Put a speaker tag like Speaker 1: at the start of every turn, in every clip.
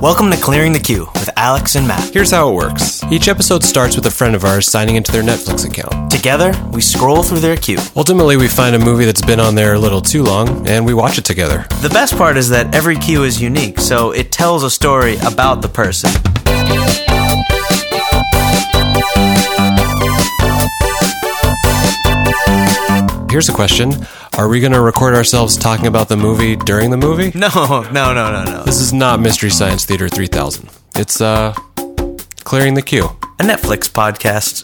Speaker 1: Welcome to Clearing the Queue with Alex and Matt.
Speaker 2: Here's how it works each episode starts with a friend of ours signing into their Netflix account.
Speaker 1: Together, we scroll through their queue.
Speaker 2: Ultimately, we find a movie that's been on there a little too long and we watch it together.
Speaker 1: The best part is that every queue is unique, so it tells a story about the person.
Speaker 2: Here's a question Are we going to record ourselves talking about the movie during the movie?
Speaker 1: No, no, no, no, no.
Speaker 2: This is not Mystery Science Theater 3000. It's, uh, clearing the queue.
Speaker 1: A Netflix podcast.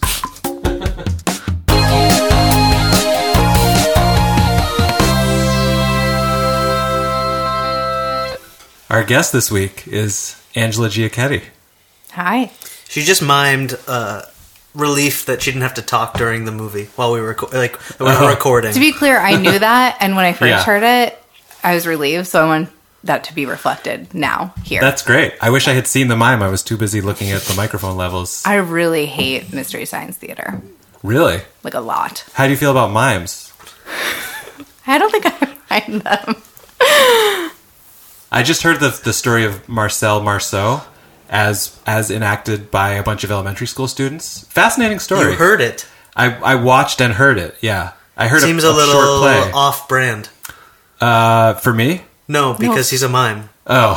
Speaker 2: Our guest this week is Angela Giacchetti.
Speaker 3: Hi.
Speaker 1: She just mimed uh, relief that she didn't have to talk during the movie while we were reco- like when we were recording.
Speaker 3: To be clear, I knew that, and when I first
Speaker 2: Yeah.
Speaker 3: heard it, I was relieved. So I want that to be reflected now here.
Speaker 2: That's great. I wish I had seen the mime. I was too busy looking at the microphone levels.
Speaker 3: I really hate mystery science theater,
Speaker 2: Really?
Speaker 3: like a lot.
Speaker 2: How do you feel about mimes?
Speaker 3: I don't think I mind them.
Speaker 2: I just heard the the story of Marcel Marceau as as enacted by a bunch of elementary school students. Fascinating story.
Speaker 1: you heard it.
Speaker 2: I I watched and heard it. Yeah, I heard
Speaker 1: Seems
Speaker 2: a,
Speaker 1: a
Speaker 2: a
Speaker 1: little
Speaker 2: short play
Speaker 1: off-brand.
Speaker 2: uh, for me.
Speaker 1: No, because he's a mime.
Speaker 2: Oh,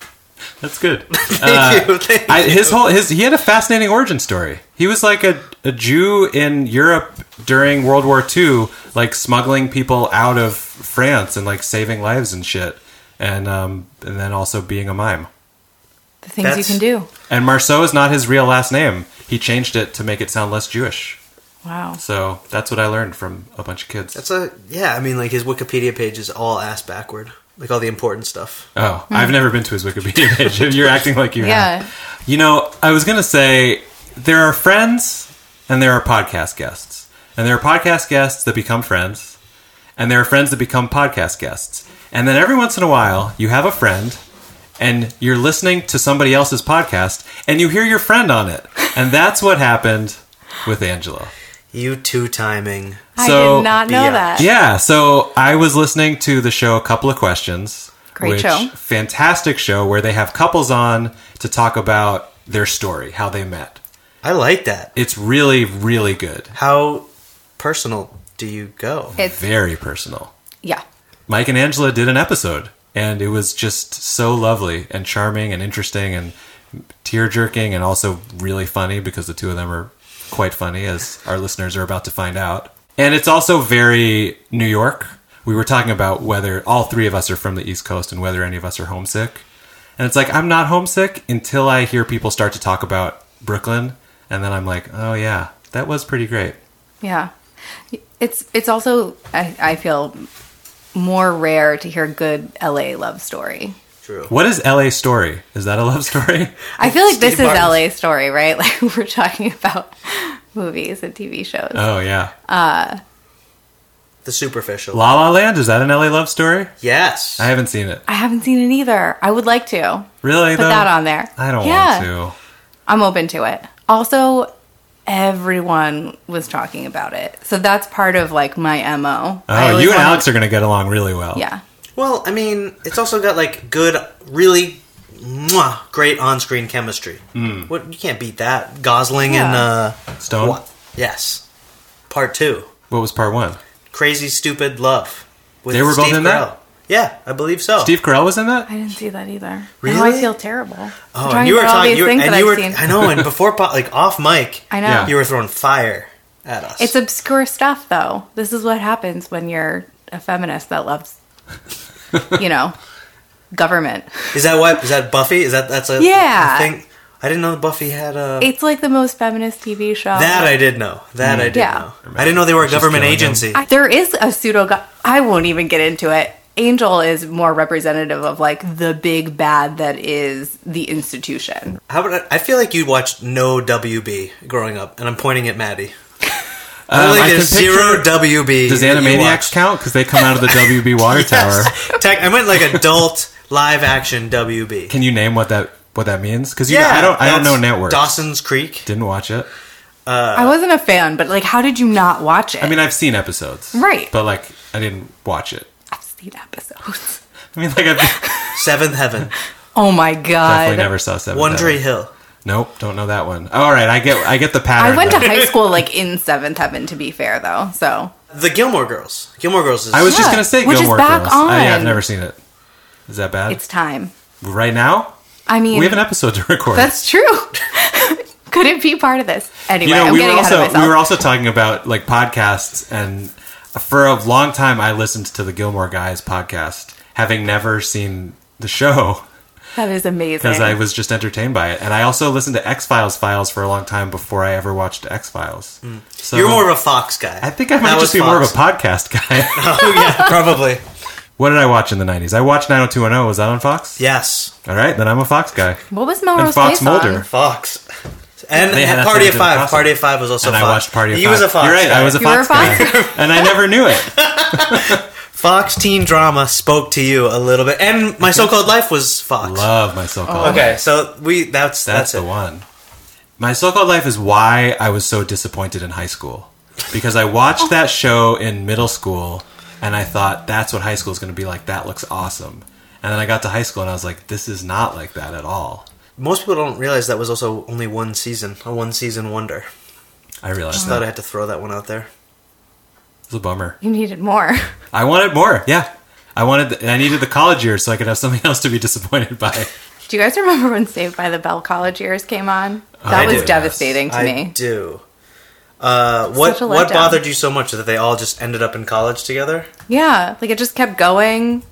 Speaker 2: that's good.
Speaker 1: Thank you. Thank
Speaker 2: I, his whole his he had a fascinating origin story. He was like a, a Jew in Europe during World War II, like smuggling people out of France and like saving lives and shit, and um and then also being a mime.
Speaker 3: The things you
Speaker 1: That's-
Speaker 3: can do.
Speaker 2: And Marceau is not his real last name. He changed it to make it sound less Jewish.
Speaker 3: Wow.
Speaker 2: So that's what I learned from a bunch of kids.
Speaker 1: That's a yeah. I mean, like his Wikipedia page is all ass backward, like all the important stuff.
Speaker 2: oh, I've never been to his Wikipedia page. You're acting like you
Speaker 3: Yeah.
Speaker 2: have. You know, I was going to say there are friends and there are podcast guests. And there are podcast guests that become friends. And there are friends that become podcast guests. And then every once in a while, you have a friend and you're listening to somebody else's podcast and you hear your friend on it. And that's what happened with Angela.
Speaker 1: You two timing.
Speaker 3: I
Speaker 2: So-
Speaker 3: did not know
Speaker 1: Yeah.
Speaker 3: that.
Speaker 2: Yeah, so I was listening to the show A Couple of Questions.
Speaker 3: Great show.
Speaker 2: Fantastic show where they have couples on to talk about their story, how they met.
Speaker 1: I like that.
Speaker 2: It's really, really good.
Speaker 1: How personal do you go?
Speaker 3: It's
Speaker 2: Very personal.
Speaker 3: yeah.
Speaker 2: Mike and Angela did an episode, and it was just so lovely and charming and interesting and tear jerking and also really funny because the two of them are quite funny, as our listeners are about to find out. And it's also very New York. We were talking about whether all three of us are from the East Coast and whether any of us are homesick. And it's like, I'm not homesick until I hear people start to talk about Brooklyn. And then I'm like, oh, yeah, that was pretty great.
Speaker 3: Yeah. It's it's also I, I feel more rare to hear a good LA love story.
Speaker 1: True.
Speaker 2: What is LA Story? Is that a love story?
Speaker 3: I feel like this
Speaker 1: Steve
Speaker 3: is
Speaker 1: Martin's-
Speaker 3: LA story, right? Like we're talking about movies and TV shows.
Speaker 2: Oh, yeah.
Speaker 1: The superficial.
Speaker 2: La La Land is that an LA love story?
Speaker 1: Yes.
Speaker 2: I haven't seen it.
Speaker 3: I haven't seen it either. I would like to
Speaker 2: Really
Speaker 3: put
Speaker 2: though,
Speaker 3: that on there.
Speaker 2: I don't
Speaker 3: Yeah.
Speaker 2: want to.
Speaker 3: I'm open to it. Also, everyone was talking about it, so that's part of like my mo. I
Speaker 2: Oh,
Speaker 3: always
Speaker 2: you and
Speaker 3: wanna-
Speaker 2: Alex are going to get along really well.
Speaker 3: yeah,
Speaker 1: well, I mean, it's also got like good, really, mwah, great on-screen chemistry.
Speaker 2: Hmm.
Speaker 1: What you can't beat that. Gosling
Speaker 3: Yeah.
Speaker 1: and uh,
Speaker 2: Stone.
Speaker 1: what? Yes. Part two.
Speaker 2: What was part one?
Speaker 1: Crazy stupid love. With
Speaker 2: They were both in that?
Speaker 1: Yeah, I believe so.
Speaker 2: Steve Carell was in that.
Speaker 3: I didn't see that either. Now I
Speaker 1: Really?
Speaker 3: feel terrible.
Speaker 1: Oh,
Speaker 3: Talking
Speaker 1: and you were
Speaker 3: about all
Speaker 1: talking.
Speaker 3: these
Speaker 1: You were,
Speaker 3: things
Speaker 1: and
Speaker 3: that
Speaker 1: you
Speaker 3: I've
Speaker 1: were.
Speaker 3: seen.
Speaker 1: I know. And before, po- like off mic,
Speaker 3: I know.
Speaker 2: Yeah.
Speaker 1: you were throwing fire at us.
Speaker 3: It's obscure stuff, though. This is what happens when you're a feminist that loves, you know, government.
Speaker 1: Is that why? Is that Buffy? Is that that's a
Speaker 3: Yeah.
Speaker 1: a thing? I didn't know that Buffy had a.
Speaker 3: It's like the most feminist TV show.
Speaker 1: that I did know. That I did
Speaker 3: uh, Mm. Yeah.
Speaker 1: know. I didn't know they were a
Speaker 2: She's
Speaker 1: government
Speaker 2: killing them.
Speaker 1: agency.
Speaker 3: I- there is a pseudo. go- I won't even get into it. Angel is more representative of like the big bad that is the institution.
Speaker 1: How about I, I feel like you watched no WB growing up, and I'm pointing at Maddie. I feel
Speaker 2: Um,
Speaker 1: like
Speaker 2: I
Speaker 1: there's
Speaker 2: can picture-
Speaker 1: zero WB.
Speaker 2: Does
Speaker 1: that you
Speaker 2: Animaniacs
Speaker 1: watched.
Speaker 2: count? Because they come out of the WB Water Tower.
Speaker 1: Yes. Tech, I meant like adult live action WB.
Speaker 2: Can you name what that what that means? Because you, I don't, I don't know
Speaker 1: that's
Speaker 2: networks.
Speaker 1: Dawson's Creek.
Speaker 2: Didn't watch it. Uh,
Speaker 3: I wasn't a fan, but like, how did you not watch it?
Speaker 2: I mean, I've seen episodes,
Speaker 3: Right.
Speaker 2: But like, I didn't watch it.
Speaker 3: I've seen episodes.
Speaker 2: I mean, like I've
Speaker 1: Seventh Heaven,
Speaker 3: Oh my god!
Speaker 2: definitely never saw Seven.
Speaker 1: One
Speaker 2: Heaven.
Speaker 1: Tree Hill.
Speaker 2: Nope, don't know that one. All right, I get I get the pattern.
Speaker 3: I went to
Speaker 2: now.
Speaker 3: high school like in seventh heaven. To be fair, though, so
Speaker 1: The Gilmore Girls. Gilmore Girls is.
Speaker 2: I was just
Speaker 3: Yeah,
Speaker 2: gonna say
Speaker 3: which is
Speaker 2: Gilmore
Speaker 3: back
Speaker 2: Girls. I, yeah, I've
Speaker 3: on.
Speaker 2: never seen it. Is that bad?
Speaker 3: it's time.
Speaker 2: right now?
Speaker 3: I mean,
Speaker 2: Uh, We have an episode to record.
Speaker 3: that's true. Could it be part of this? Anyway,
Speaker 2: you know,
Speaker 3: I'm
Speaker 2: we were
Speaker 3: getting ahead of
Speaker 2: also
Speaker 3: myself.
Speaker 2: we were also talking about like podcasts, and for a long time I listened to the Gilmore Guys podcast, having never seen the show
Speaker 3: that is amazing.
Speaker 2: because I was just entertained by it, and I also listened to X Files files for a long time before I ever watched X Files.
Speaker 3: Mm.
Speaker 2: So
Speaker 1: You're more of a Fox guy.
Speaker 2: um, I think I might just be more of a podcast guy.
Speaker 1: oh yeah, probably.
Speaker 2: what did I watch in the '90s? I watched 90210. Was that on Fox?
Speaker 1: Yes,
Speaker 2: All right, then I'm a Fox guy.
Speaker 3: what was
Speaker 2: And
Speaker 3: Melrose
Speaker 2: Fox
Speaker 3: Place
Speaker 2: Mulder.
Speaker 3: on?
Speaker 1: Fox. And
Speaker 2: They had that
Speaker 1: Party
Speaker 2: thing
Speaker 1: of
Speaker 2: to the
Speaker 1: Five.
Speaker 2: crossover.
Speaker 1: Party of Five was also.
Speaker 2: and
Speaker 1: Fox.
Speaker 2: I watched Party of
Speaker 1: He
Speaker 2: Five.
Speaker 1: was a Fox.
Speaker 2: You're right.
Speaker 1: guy.
Speaker 2: I was a
Speaker 3: You were
Speaker 2: Fox,
Speaker 3: a
Speaker 2: guy, and I never knew it.
Speaker 1: Fox teen drama spoke to you a little bit, and my so-called life was Fox.
Speaker 2: Love my so-called.
Speaker 1: Okay, so we that's that's,
Speaker 2: that's, the
Speaker 1: it.
Speaker 2: one. My so-called life is why I was so disappointed in high school because I watched that show in middle school and I thought that's what high school is going to be like. That looks awesome. And then I got to high school and I was like, this is not like that at all.
Speaker 1: Most people don't realize that was also only one season, a one-season wonder.
Speaker 2: I realized
Speaker 1: Thought I
Speaker 2: that.
Speaker 1: had to throw that one out there.
Speaker 2: It was a bummer.
Speaker 3: You needed more.
Speaker 2: I wanted more. Yeah. I wanted, the, I needed the college years so I could have something else to be disappointed by.
Speaker 3: Do you guys remember when Saved by the Bell college years came on? That
Speaker 2: I
Speaker 3: was
Speaker 2: do, yes.
Speaker 3: devastating to
Speaker 1: I
Speaker 3: me.
Speaker 1: do. Uh, what
Speaker 3: Such a
Speaker 1: what
Speaker 3: letdown.
Speaker 1: bothered you so much that they all just ended up in college together?
Speaker 3: Yeah, like it just kept going.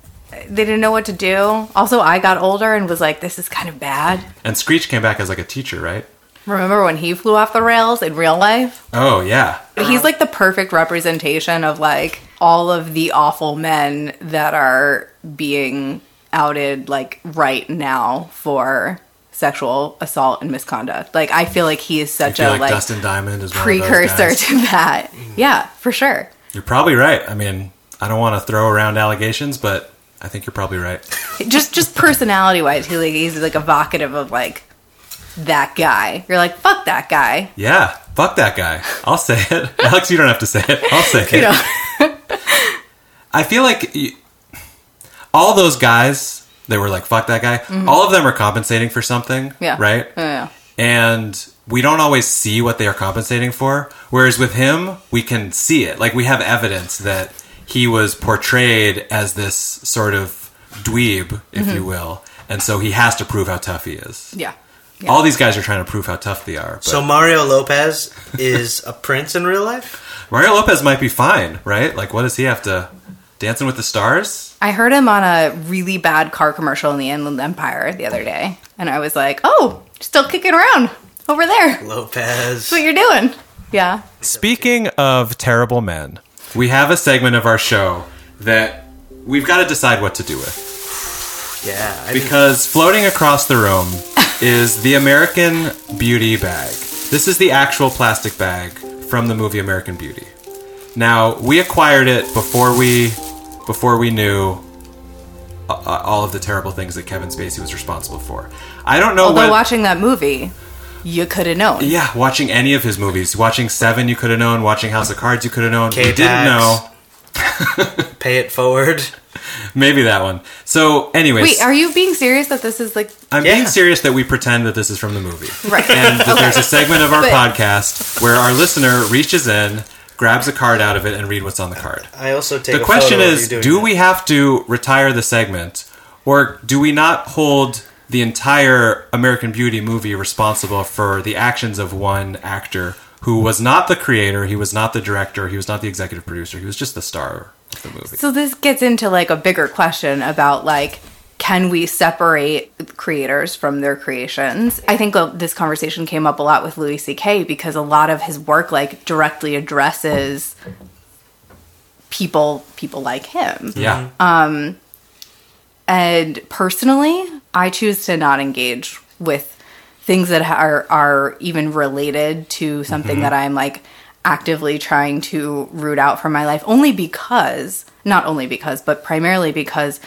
Speaker 3: They didn't know what to do. Also, I got older and was like, this is kind of bad.
Speaker 2: And Screech came back as like a teacher, right?
Speaker 3: Remember when he flew off the rails in real life?
Speaker 2: Oh, yeah.
Speaker 3: But he's like the perfect representation of like all of the awful men that are being outed like right now for sexual assault and misconduct. Like I feel like he is
Speaker 2: I
Speaker 3: such
Speaker 2: feel
Speaker 3: a
Speaker 2: like,
Speaker 3: like,
Speaker 2: Dustin Diamond is one of
Speaker 3: precursor
Speaker 2: those guys.
Speaker 3: to that. Yeah, for sure.
Speaker 2: You're probably right. I mean, I don't want to throw around allegations, but I think you're probably right.
Speaker 3: just just personality wise, he like he's like evocative of like that guy. You're like fuck that guy.
Speaker 2: Yeah, fuck that guy. I'll say it. Alex, you don't have to say it. I'll say it.
Speaker 3: You know,
Speaker 2: I feel like y all those guys that were like, fuck that guy, all of them are compensating for something.
Speaker 3: Mm-hmm. yeah,
Speaker 2: Right?
Speaker 3: Yeah, yeah.
Speaker 2: and we don't always see what they are compensating for. Whereas with him, we can see it. Like we have evidence that he was portrayed as this sort of dweeb, if you will, and so he has to prove how tough he is.
Speaker 3: yeah. Yeah.
Speaker 2: All these guys are trying to prove how tough they are. But
Speaker 1: So Mario Lopez is a prince in real life.
Speaker 2: Mario Lopez might be fine, right? Like, what does he have to? Dancing with the Stars?
Speaker 3: I heard him on a really bad car commercial in the Inland Empire the other day, and I was like, oh, still kicking around over there. That's
Speaker 1: Lopez.
Speaker 3: what you're doing? Yeah.
Speaker 2: Speaking of terrible men, we have a segment of our show that we've got to decide what to do with.
Speaker 1: Yeah, I didn't-
Speaker 2: Because floating across the room is the American Beauty bag. This is the actual plastic bag from the movie American Beauty. Now we acquired it before we before we knew uh, uh, all of the terrible things that Kevin Spacey was responsible for. I don't know
Speaker 3: Although
Speaker 2: what.
Speaker 3: watching that movie, you could have known.
Speaker 2: yeah, watching any of his movies, watching Seven, you could have known. Watching House of Cards, you could have known. We didn't
Speaker 1: K-Pax.
Speaker 2: know.
Speaker 1: pay it forward.
Speaker 2: Maybe that one. So, anyways,
Speaker 3: Wait, are you being serious that this is like
Speaker 2: I'm
Speaker 1: Yeah.
Speaker 2: being serious that we pretend that this is from the movie.
Speaker 3: right?
Speaker 2: and that there's a segment of our
Speaker 3: But-
Speaker 2: podcast where our listener reaches in, grabs a card out of it, and read what's on the card.
Speaker 1: I also take.
Speaker 2: The
Speaker 1: a
Speaker 2: question
Speaker 1: photo of
Speaker 2: is:
Speaker 1: you doing
Speaker 2: Do
Speaker 1: that.
Speaker 2: we have to retire the segment, or do we not hold the entire American Beauty movie responsible for the actions of one actor who was not the creator, he was not the director, he was not the executive producer, he was just the star of the movie?
Speaker 3: So this gets into like a bigger question about like can we separate creators from their creations? I think uh, this conversation came up a lot with Louis C.K. because a lot of his work like directly addresses people people like him.
Speaker 2: Yeah,
Speaker 3: uh, And personally, I choose to not engage with things that are are even related to something that I'm like actively trying to root out from my life only because not only because but primarily because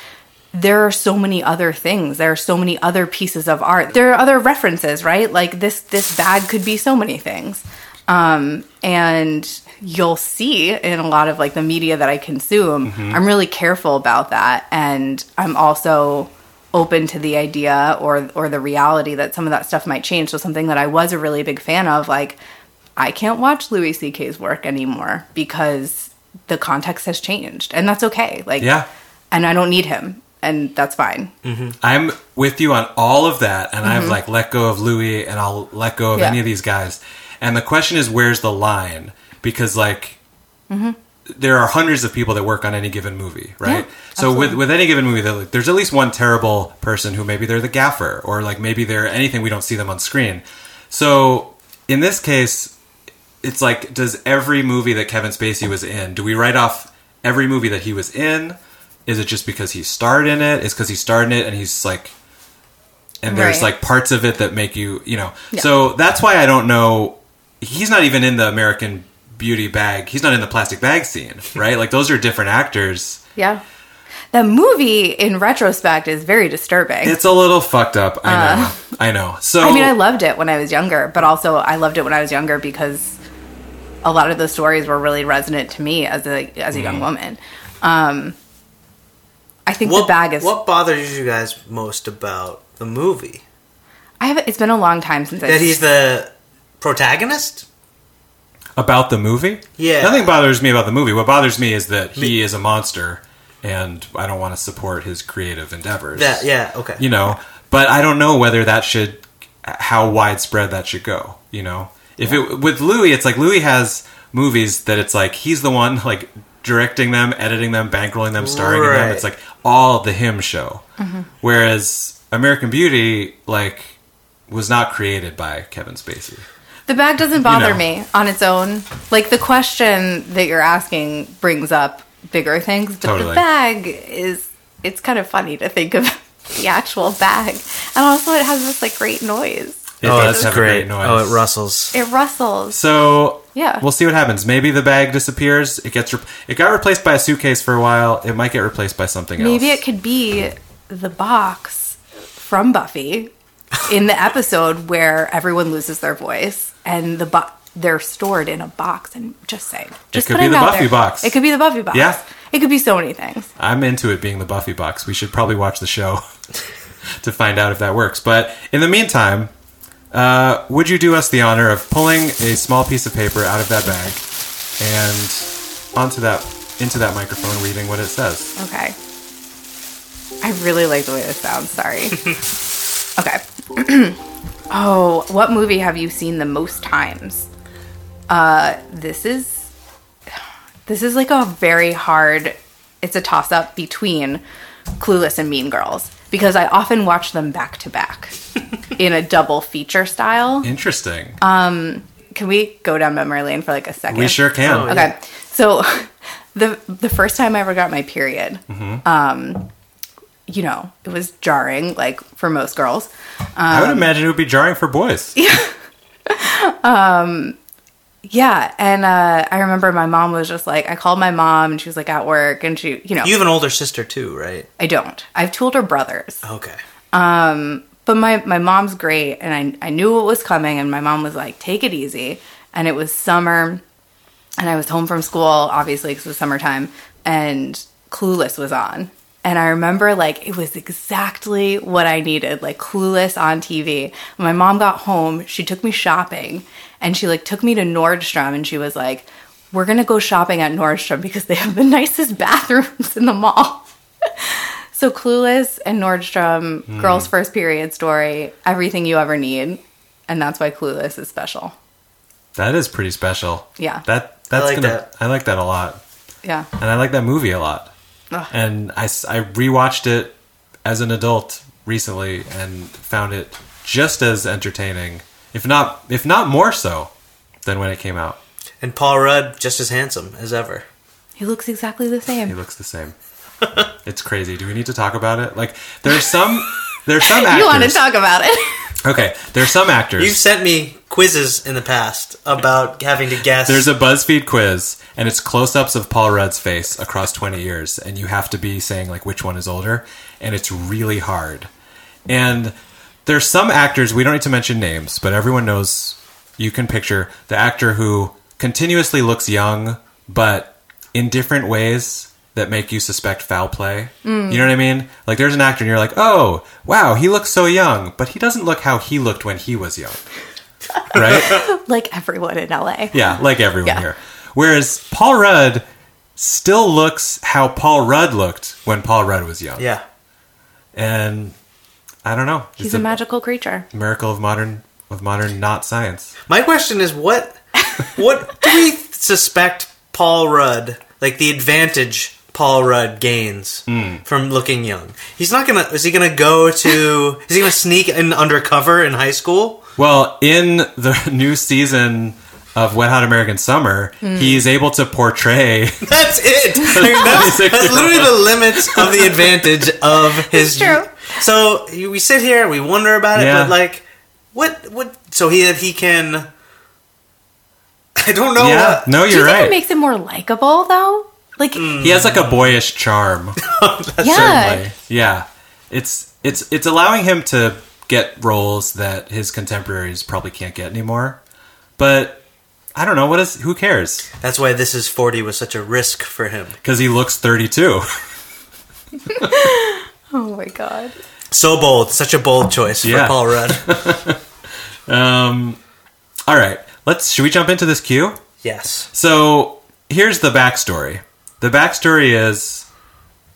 Speaker 3: there are so many other things there are so many other pieces of art there are other references right like this this bag could be so many things Um, and you'll see in a lot of like the media that I consume, I'm really careful about that. And I'm also open to the idea or or the reality that some of that stuff might change. So something that I was a really big fan of, like I can't watch Louis C.K.'s work anymore because the context has changed, and that's okay. Like,
Speaker 2: Yeah.
Speaker 3: and I don't need him, and that's fine.
Speaker 2: I'm with you on all of that, and I've like let go of Louis, and I'll let go of
Speaker 3: Mm-hmm. Yeah.
Speaker 2: any of these guys. And the question is, where's the line? Because like, there are hundreds of people that work on any given movie, right?
Speaker 3: Mm-hmm. Yeah,
Speaker 2: so with
Speaker 3: absolutely.
Speaker 2: with any given movie, they're like, there's at least one terrible person who maybe they're the gaffer, or like maybe they're anything we don't see them on screen. So in this case, it's like does every movie that Kevin Spacey was in do we write off every movie that he was in is it just because he starred in it is because he starred in it and he's like and there's
Speaker 3: Right.
Speaker 2: like parts of it that make you you know
Speaker 3: Yeah.
Speaker 2: so that's why I don't know he's not even in the American Beauty bag he's not in the plastic bag scene right like those are different actors
Speaker 3: Yeah. The movie, in retrospect, is very disturbing.
Speaker 2: it's a little fucked up I know I know so
Speaker 3: Uh. I mean,
Speaker 1: Oh.
Speaker 3: I loved it when I was younger, but also I loved it when I was younger because a lot of the stories were really resonant to me as a as a
Speaker 1: Mm-hmm.
Speaker 3: young woman. Um, I think
Speaker 1: What,
Speaker 3: the bag is.
Speaker 1: what bothers you guys most about the movie?
Speaker 3: I have. It's been a long time since I.
Speaker 1: That he's the protagonist?
Speaker 2: about the movie?
Speaker 1: Yeah.
Speaker 2: Nothing bothers me about the movie. What bothers me is that he is a monster and I don't want to support his creative endeavors.
Speaker 1: That yeah, okay.
Speaker 2: You know, but I don't know whether that should how widespread that should go, you know. If it with Louis, it's like Louis has movies that it's like he's the one like directing them, editing them, bankrolling them, starring in them.
Speaker 1: Right.
Speaker 2: It's like all the him show. Whereas American Beauty like was not created by Kevin Spacey.
Speaker 3: The bag doesn't bother
Speaker 2: know.
Speaker 3: me on its own. Like the question that you're asking brings up bigger things, but
Speaker 2: Totally.
Speaker 3: the bag is it's kind of funny to think of the actual bag. And also it has this like great noise.
Speaker 2: It
Speaker 1: oh,
Speaker 2: does
Speaker 1: that's
Speaker 2: have a
Speaker 1: great.
Speaker 2: noise.
Speaker 1: Oh, it rustles.
Speaker 3: It rustles.
Speaker 2: So
Speaker 3: Yeah.
Speaker 2: we'll see what happens. Maybe the bag disappears. It gets re- it got replaced by a suitcase for a while. It might get replaced by something else.
Speaker 3: Maybe it could be the box from Buffy in the episode where everyone loses their voice and the bo- they're stored in a box and just saying. Just
Speaker 2: could
Speaker 3: putting
Speaker 2: be the
Speaker 3: out
Speaker 2: Buffy
Speaker 3: there.
Speaker 2: box.
Speaker 3: It could be the Buffy box.
Speaker 2: Yeah.
Speaker 3: It could be so many things.
Speaker 2: I'm into it being the Buffy box. We should probably watch the show to find out if that works. But in the meantime, uh, would you do us the honor of pulling a small piece of paper out of that bag and onto that into that microphone, reading what it says?
Speaker 3: Okay. I really like the way this sounds. Sorry. okay. oh, what movie have you seen the most times? Uh, this is this is like a very hard. It's a toss up between Clueless and Mean Girls because I often watch them back to back in a double feature style.
Speaker 2: Interesting.
Speaker 3: Uh, Can we go down memory lane for like a second?
Speaker 2: we sure can.
Speaker 1: Oh,
Speaker 3: Okay. So the the first time I ever got my period, um, you know, it was jarring, like for most girls.
Speaker 2: I
Speaker 3: um,
Speaker 2: would imagine it would be jarring for boys.
Speaker 3: Yeah, and uh, I remember my mom was just like, I called my mom, and she was like at work, and she, you know,
Speaker 1: You have an older sister too, right?
Speaker 3: I don't. I have two older brothers,
Speaker 1: Okay.
Speaker 3: Um, but my my mom's great, and I I knew what was coming, and my mom was like, take it easy, and it was summer. and I was home from school, obviously, because it was summertime, and Clueless was on. And I remember, like, it was exactly what I needed, like, Clueless on TV. When my mom got home, she took me shopping, and she, like, took me to Nordstrom, and she was like, We're gonna go shopping at Nordstrom because they have the nicest bathrooms in the mall. so, Clueless and Nordstrom,
Speaker 2: Hmm.
Speaker 3: girl's first period story, everything you ever need. And that's why Clueless is special.
Speaker 2: That is pretty special.
Speaker 3: Yeah.
Speaker 2: That that's
Speaker 1: like
Speaker 2: gonna
Speaker 1: that.
Speaker 2: I like that a lot.
Speaker 3: Yeah.
Speaker 2: And I like that movie a lot.
Speaker 3: Ugh.
Speaker 2: And I s- I rewatched it as an adult recently and found it just as entertaining, if not if not more so than when it came out.
Speaker 1: And Paul Rudd just as handsome as ever.
Speaker 3: He looks exactly the same.
Speaker 2: He looks the same. it's crazy. Do we need to talk about it? Like there's some there's some actors.
Speaker 3: You want to talk about it?
Speaker 2: Okay, there's some actors.
Speaker 1: You've sent me quizzes in the past about having to guess.
Speaker 2: There's a BuzzFeed quiz, and it's close-ups of Paul Rudd's face across 20 years, and you have to be saying like which one is older, and it's really hard. And there's some actors we don't need to mention names, but everyone knows you can picture the actor who continuously looks young, but in different ways that make you suspect foul play. You know what I mean? Like there's an actor and you're like, oh, wow, he looks so young, but he doesn't look how he looked when he was young. right?
Speaker 3: like everyone in LA.
Speaker 2: Yeah, like everyone
Speaker 3: Yeah.
Speaker 2: here. Whereas Paul Rudd still looks how Paul Rudd looked when Paul Rudd was young.
Speaker 1: Yeah.
Speaker 2: And I don't know.
Speaker 3: He's
Speaker 2: It's
Speaker 3: a magical creature.
Speaker 2: miracle of modern of modern not science.
Speaker 1: My question is what what do we suspect Paul Rudd like the advantage Paul Rudd gains from looking young? He's not gonna is he gonna go to is he gonna sneak in undercover in high school?
Speaker 2: Well, in the new season of Wet Hot American Summer,
Speaker 3: Hmm.
Speaker 2: he's able to portray
Speaker 1: That's it. Like, that's, that's literally the limits of the advantage of his.
Speaker 3: It's true.
Speaker 1: So we sit here, we wonder about it,
Speaker 2: Yeah.
Speaker 1: but like, what? What? So he he can. I don't know.
Speaker 2: Yeah,
Speaker 1: what-
Speaker 2: no,
Speaker 3: Oh, uh, Do you
Speaker 2: you're
Speaker 3: think
Speaker 2: right.
Speaker 3: it makes him more likable though? Like
Speaker 2: he has like a boyish charm.
Speaker 3: yeah.
Speaker 2: certainly. Yeah. It's it's it's allowing him to get roles that his contemporaries probably can't get anymore. But I don't know what is who cares
Speaker 1: That's why this is forty was such a risk for him.
Speaker 2: because he looks 32.
Speaker 3: Oh my god.
Speaker 1: So bold, such a bold choice
Speaker 2: Yeah.
Speaker 1: for Paul Rudd.
Speaker 2: All right. Let's should we jump into this cue?
Speaker 1: yes.
Speaker 2: So, here's the backstory. The backstory is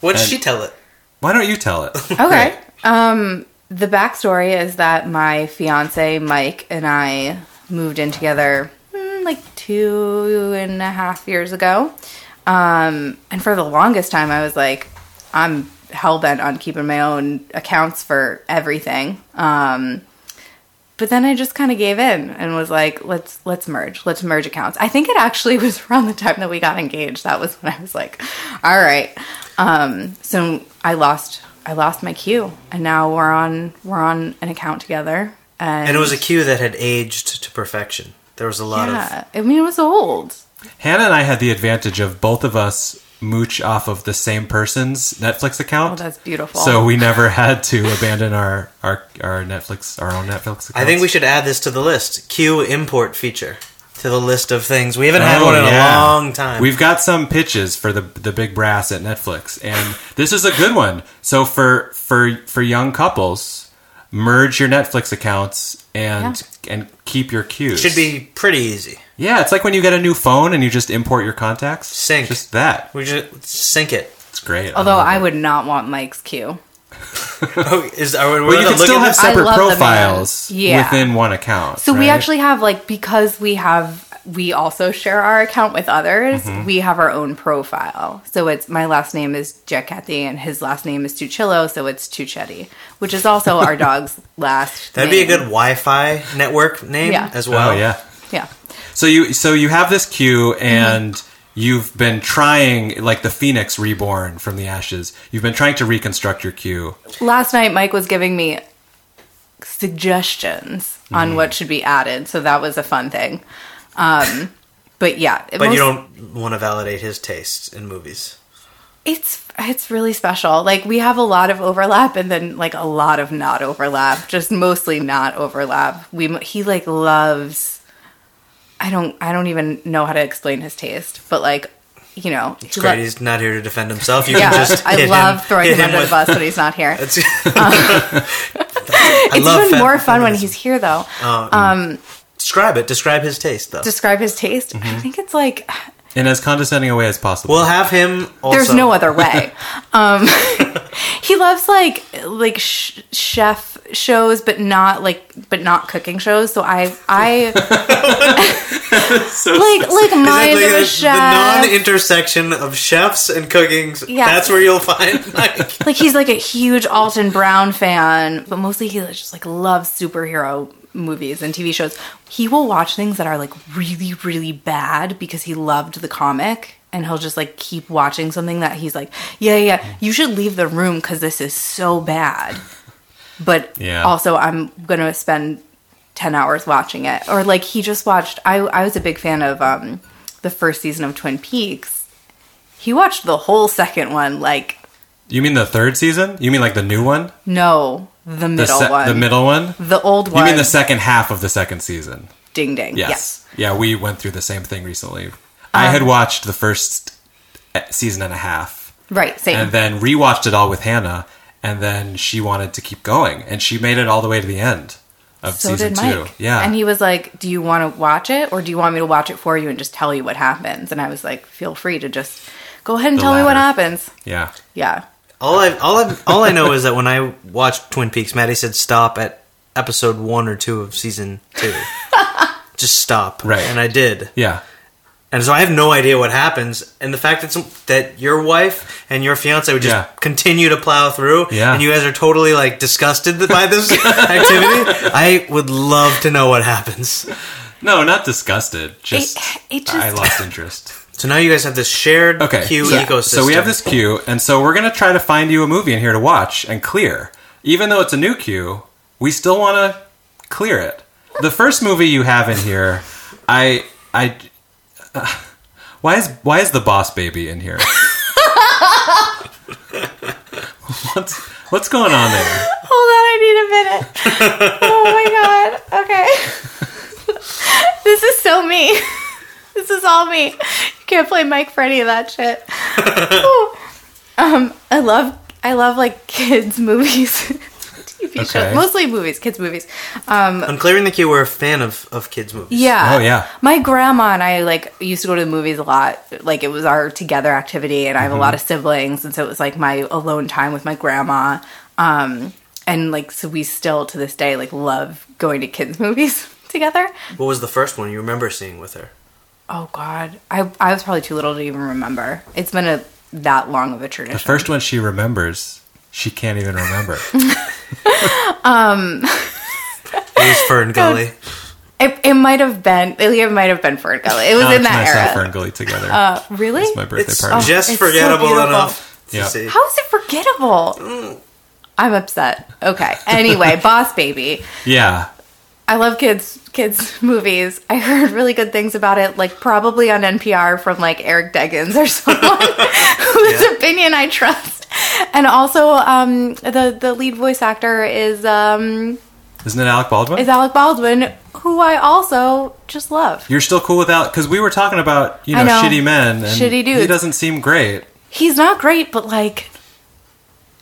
Speaker 1: What did
Speaker 2: And-
Speaker 1: she tell it?
Speaker 2: why don't you tell it?
Speaker 3: Okay. Um, the backstory is that my fiance Mike and I moved in together mm, like two and a half years ago, um, and for the longest time I was like, I'm hell bent on keeping my own accounts for everything. Um, but then I just kind of gave in and was like, let's let's merge, let's merge accounts. I think it actually was around the time that we got engaged. That was when I was like, all right. Um, so I lost I lost my cue, and now we're on we're on an account together. And,
Speaker 1: And it was a cue that had aged to perfection. There was a lot of
Speaker 3: yeah. I mean, it was old.
Speaker 2: Hannah and I had the advantage of both of us mooch off of the same person's Netflix account.
Speaker 3: Oh, that's beautiful.
Speaker 2: So we never had to abandon our, our our Netflix our own Netflix account.
Speaker 1: I think we should add this to the list. Cue import feature to the list of things. We haven't had
Speaker 2: Oh,
Speaker 1: one in a
Speaker 2: yeah.
Speaker 1: long time.
Speaker 2: We've got some pitches for the the big brass at Netflix, and this is a good one. So for for for young couples, merge your Netflix accounts and and keep your cues.
Speaker 1: should be pretty easy.
Speaker 2: yeah. It's like when you get a new phone and you just import your contacts.
Speaker 1: Sync.
Speaker 2: Just that.
Speaker 1: We just sync it.
Speaker 2: It's great.
Speaker 3: Although
Speaker 2: love
Speaker 3: I
Speaker 2: it.
Speaker 3: would not want Mike's cue.
Speaker 1: Oh, is are we we're
Speaker 2: But you
Speaker 1: not
Speaker 2: can still
Speaker 1: looking
Speaker 2: have
Speaker 1: at-
Speaker 3: I
Speaker 2: separate
Speaker 3: love the man.
Speaker 2: profiles
Speaker 3: Yeah.
Speaker 2: within one account.
Speaker 3: So we
Speaker 2: right?
Speaker 3: actually have like because we have we also share our account with others.
Speaker 1: Mm-hmm.
Speaker 3: We have our own profile. So it's my last name is Jacketti and his last name is Tuchillo, so it's Tuchetti, which is also our dog's last.
Speaker 1: That'd be a
Speaker 3: name.
Speaker 1: good Wi-Fi network name
Speaker 3: Yeah.
Speaker 1: as well.
Speaker 2: Oh yeah.
Speaker 3: Yeah.
Speaker 2: So you so you have this cue and you've been trying like the phoenix reborn from the ashes. You've been trying to reconstruct your cue.
Speaker 3: Last night Mike was giving me suggestions
Speaker 1: Mm-hmm.
Speaker 3: on what should be added, so that was a fun thing. Um, but yeah,
Speaker 1: But you don't want to validate his tastes in movies.
Speaker 3: It's it's really special. Like we have a lot of overlap, and then like a lot of not overlap. Just mostly not overlap. We he like loves. I don't I don't even know how to explain his taste, but like you know,
Speaker 1: It's great. He's not here to defend himself. You
Speaker 3: yeah,
Speaker 1: can just
Speaker 3: I
Speaker 1: hit
Speaker 3: love
Speaker 1: him,
Speaker 3: throwing
Speaker 1: hit
Speaker 3: him under
Speaker 1: with-
Speaker 3: the bus when he's not here.
Speaker 1: It's, I
Speaker 3: it's
Speaker 1: love
Speaker 3: even
Speaker 1: fem-
Speaker 3: more fun when
Speaker 1: feminism.
Speaker 3: he's here, though.
Speaker 1: Uh-huh. Describe it. Describe his taste, though.
Speaker 3: Describe his taste.
Speaker 1: Mm-hmm.
Speaker 3: I think it's like
Speaker 2: In as condescending a way as possible.
Speaker 1: we'll have him. Also,
Speaker 3: there's no other way. um, he loves like like sh- chef shows, but not like but not cooking shows. So I I like
Speaker 1: Is
Speaker 3: like
Speaker 1: that
Speaker 3: mind
Speaker 1: like
Speaker 3: of a
Speaker 1: the, the
Speaker 3: chef.
Speaker 1: non-intersection of chefs and cookings.
Speaker 3: Yeah.
Speaker 1: that's where you'll find Mike.
Speaker 3: like he's like a huge Alton Brown fan, but mostly he just like loves superhero movies and TV shows. He will watch things that are like really really bad because he loved the comic. And he'll just like keep watching something that he's like, yeah, yeah, yeah, you should leave the room because this is so bad. but
Speaker 2: Yeah.
Speaker 3: also I'm gonna spend ten hours watching it. Or like he just watched. I I was a big fan of um, the first season of Twin Peaks. He watched the whole second one. Like
Speaker 2: you mean the third season? You mean like the new one?
Speaker 3: no, the middle
Speaker 2: the se-
Speaker 3: one,
Speaker 2: The middle one?
Speaker 3: the old
Speaker 2: You
Speaker 3: one.
Speaker 2: mean the second half of the second season?
Speaker 3: Ding ding.
Speaker 2: Yes.
Speaker 3: Yes. Um,
Speaker 2: Yeah, we went through the same thing recently. I had watched the first eh, season and a half
Speaker 3: Right. Same.
Speaker 2: and then rewatched it all with Hannah and then she wanted to keep going and she made it all the way to the end of
Speaker 3: so
Speaker 2: season
Speaker 3: did Mike.
Speaker 2: 2. Yeah.
Speaker 3: And he was like, "Do you want to watch it, or do you want me to watch it for you and just tell you what happens?" And I was like, "Feel free to just go ahead and
Speaker 2: The
Speaker 3: tell me what
Speaker 2: latter.
Speaker 3: happens."
Speaker 2: yeah.
Speaker 3: Yeah.
Speaker 1: All I all I all I know is that when I watched Twin Peaks, Maddie said stop at episode one or two of season two. Just stop.
Speaker 2: Right.
Speaker 1: And I did.
Speaker 2: Yeah.
Speaker 1: And so I have no idea what happens. And the fact that some, that your wife and your fiance would just
Speaker 2: Yeah.
Speaker 1: continue to plow through,
Speaker 2: Yeah.
Speaker 1: and you guys are totally like disgusted by this activity, I would love to know what happens.
Speaker 2: No, not disgusted. Just
Speaker 3: it
Speaker 2: I
Speaker 3: just-
Speaker 2: lost interest.
Speaker 1: So now you guys have this shared
Speaker 2: Okay.
Speaker 1: queue
Speaker 3: Yeah.
Speaker 1: ecosystem.
Speaker 2: So we have this queue, and so we're gonna try to find you a movie in here to watch and clear. Even though it's a new queue, we still want to clear it. The first movie you have in here, I, I, uh, why is why is the Boss Baby in here? what's what's going on there?
Speaker 3: Hold on, I need a minute. oh my god. Okay. this is so me. This is all me. You can't play Mike for any of that shit. Ooh. um, I love I love like kids movies. TV
Speaker 2: Okay.
Speaker 3: shows. Mostly movies, kids movies. Um
Speaker 1: I'm clearing the queue. We're a fan of, of kids movies.
Speaker 3: yeah.
Speaker 2: Oh, yeah.
Speaker 3: My grandma and I like used to go to the movies a lot. Like it was our together activity, and I have a
Speaker 2: Mm-hmm.
Speaker 3: lot of siblings, and so it was like my alone time with my grandma. Um, and like so, we still to this day like love going to kids movies together.
Speaker 1: What was the first one you remember seeing with her?
Speaker 3: Oh God, I I was probably too little to even remember. It's been a that long of a tradition.
Speaker 2: The first one she remembers, she can't even remember.
Speaker 1: It was Fern Gully.
Speaker 3: it, it might have been it might have been Fern Gully. It was
Speaker 2: Alex
Speaker 3: in
Speaker 2: and I saw
Speaker 3: that era.
Speaker 2: Ferngully together.
Speaker 3: Uh, really?
Speaker 2: it's my birthday
Speaker 1: It's
Speaker 2: party.
Speaker 1: just
Speaker 3: Oh, it's so
Speaker 1: forgettable
Speaker 3: beautiful.
Speaker 1: enough to
Speaker 2: Yeah.
Speaker 1: see.
Speaker 3: How is it forgettable?
Speaker 2: Mm.
Speaker 3: I'm upset. Okay. Anyway, Boss Baby.
Speaker 2: yeah.
Speaker 3: I love kids kids movies. I heard really good things about it, like probably on NPR from like Eric Deggins or someone whose
Speaker 1: Yeah.
Speaker 3: opinion I trust. And also, um, the the lead voice actor is um,
Speaker 2: Isn't it Alec Baldwin?
Speaker 3: is Alec Baldwin, who I also just love.
Speaker 2: You're still cool without because we were talking about you know,
Speaker 3: I know.
Speaker 2: shitty men and
Speaker 3: Shitty dudes.
Speaker 2: He doesn't seem great.
Speaker 3: He's not great, but like,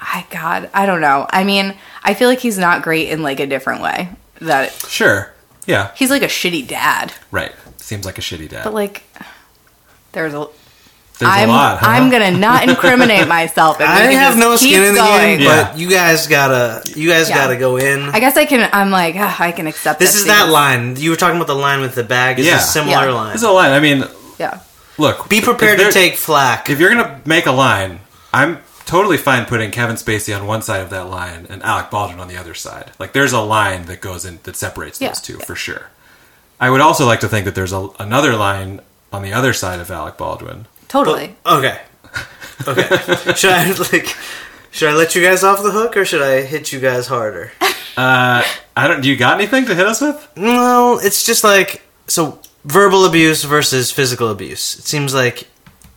Speaker 3: I God, I don't know. I mean, I feel like he's not great in like a different way. That
Speaker 2: Sure, yeah,
Speaker 3: he's like a shitty dad,
Speaker 2: right. Seems like a shitty dad.
Speaker 3: but like, there's a
Speaker 2: There's
Speaker 3: I'm,
Speaker 2: a lot. Huh?
Speaker 3: I'm gonna not incriminate myself. I'm
Speaker 1: I
Speaker 3: gonna
Speaker 1: have
Speaker 3: just
Speaker 1: no
Speaker 3: keep
Speaker 1: skin in the
Speaker 3: going.
Speaker 1: game,
Speaker 2: Yeah.
Speaker 1: but you guys gotta you guys
Speaker 3: Yeah.
Speaker 1: gotta go in.
Speaker 3: I guess I can. I'm like, ah, I can accept
Speaker 1: this
Speaker 3: this
Speaker 1: is that
Speaker 3: thing."
Speaker 1: line you were talking about. The line with the bag is
Speaker 2: Yeah.
Speaker 1: a similar
Speaker 3: Yeah.
Speaker 1: line.
Speaker 2: There's a line. I mean,
Speaker 3: Yeah,
Speaker 2: look.
Speaker 1: Be
Speaker 2: if
Speaker 1: prepared to
Speaker 2: there-
Speaker 1: take flack.
Speaker 2: If you're gonna make a line, I'm totally fine putting Kevin Spacey on one side of that line and Alec Baldwin on the other side. Like, there's a line that goes in that separates
Speaker 3: Yeah.
Speaker 2: those two for sure. I would also like to think that there's a, another line on the other side of Alec Baldwin.
Speaker 3: totally.
Speaker 1: okay, okay. should I like? Should I let you guys off the hook, or should I hit you guys harder?
Speaker 2: I don't. Do you got anything to hit us with?
Speaker 1: Well, it's just like so verbal abuse versus physical abuse. It seems like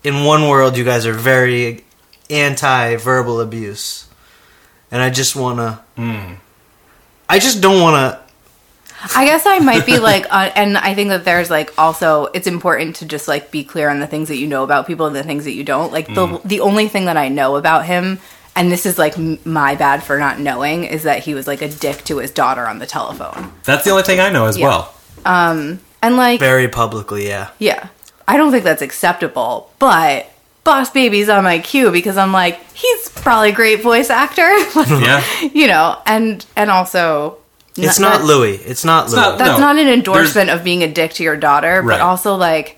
Speaker 1: in one world you guys are very anti verbal abuse. And I just want to
Speaker 2: Hmm.
Speaker 1: I just don't want to
Speaker 3: I guess I might be like, uh, and I think that there's like also it's important to just like be clear on the things that you know about people and the things that you don't. Like
Speaker 1: Mm.
Speaker 3: the the only thing that I know about him, and this is like m- my bad for not knowing, is that he was like a dick to his daughter on the telephone,
Speaker 2: That's the only thing I know as
Speaker 3: Yeah.
Speaker 2: well.
Speaker 3: and like
Speaker 1: very publicly, yeah.
Speaker 3: Yeah. I don't think that's acceptable, but Boss Baby's on my queue because I'm like, he's probably a great voice actor. Like,
Speaker 2: Yeah.
Speaker 3: You know, and and also
Speaker 1: It's not
Speaker 3: that-
Speaker 1: Louis. It's not Louis.
Speaker 2: not-
Speaker 3: That's
Speaker 2: No,
Speaker 3: not an
Speaker 2: there's-
Speaker 3: endorsement of being a dick to your daughter,
Speaker 2: Right.
Speaker 3: but also like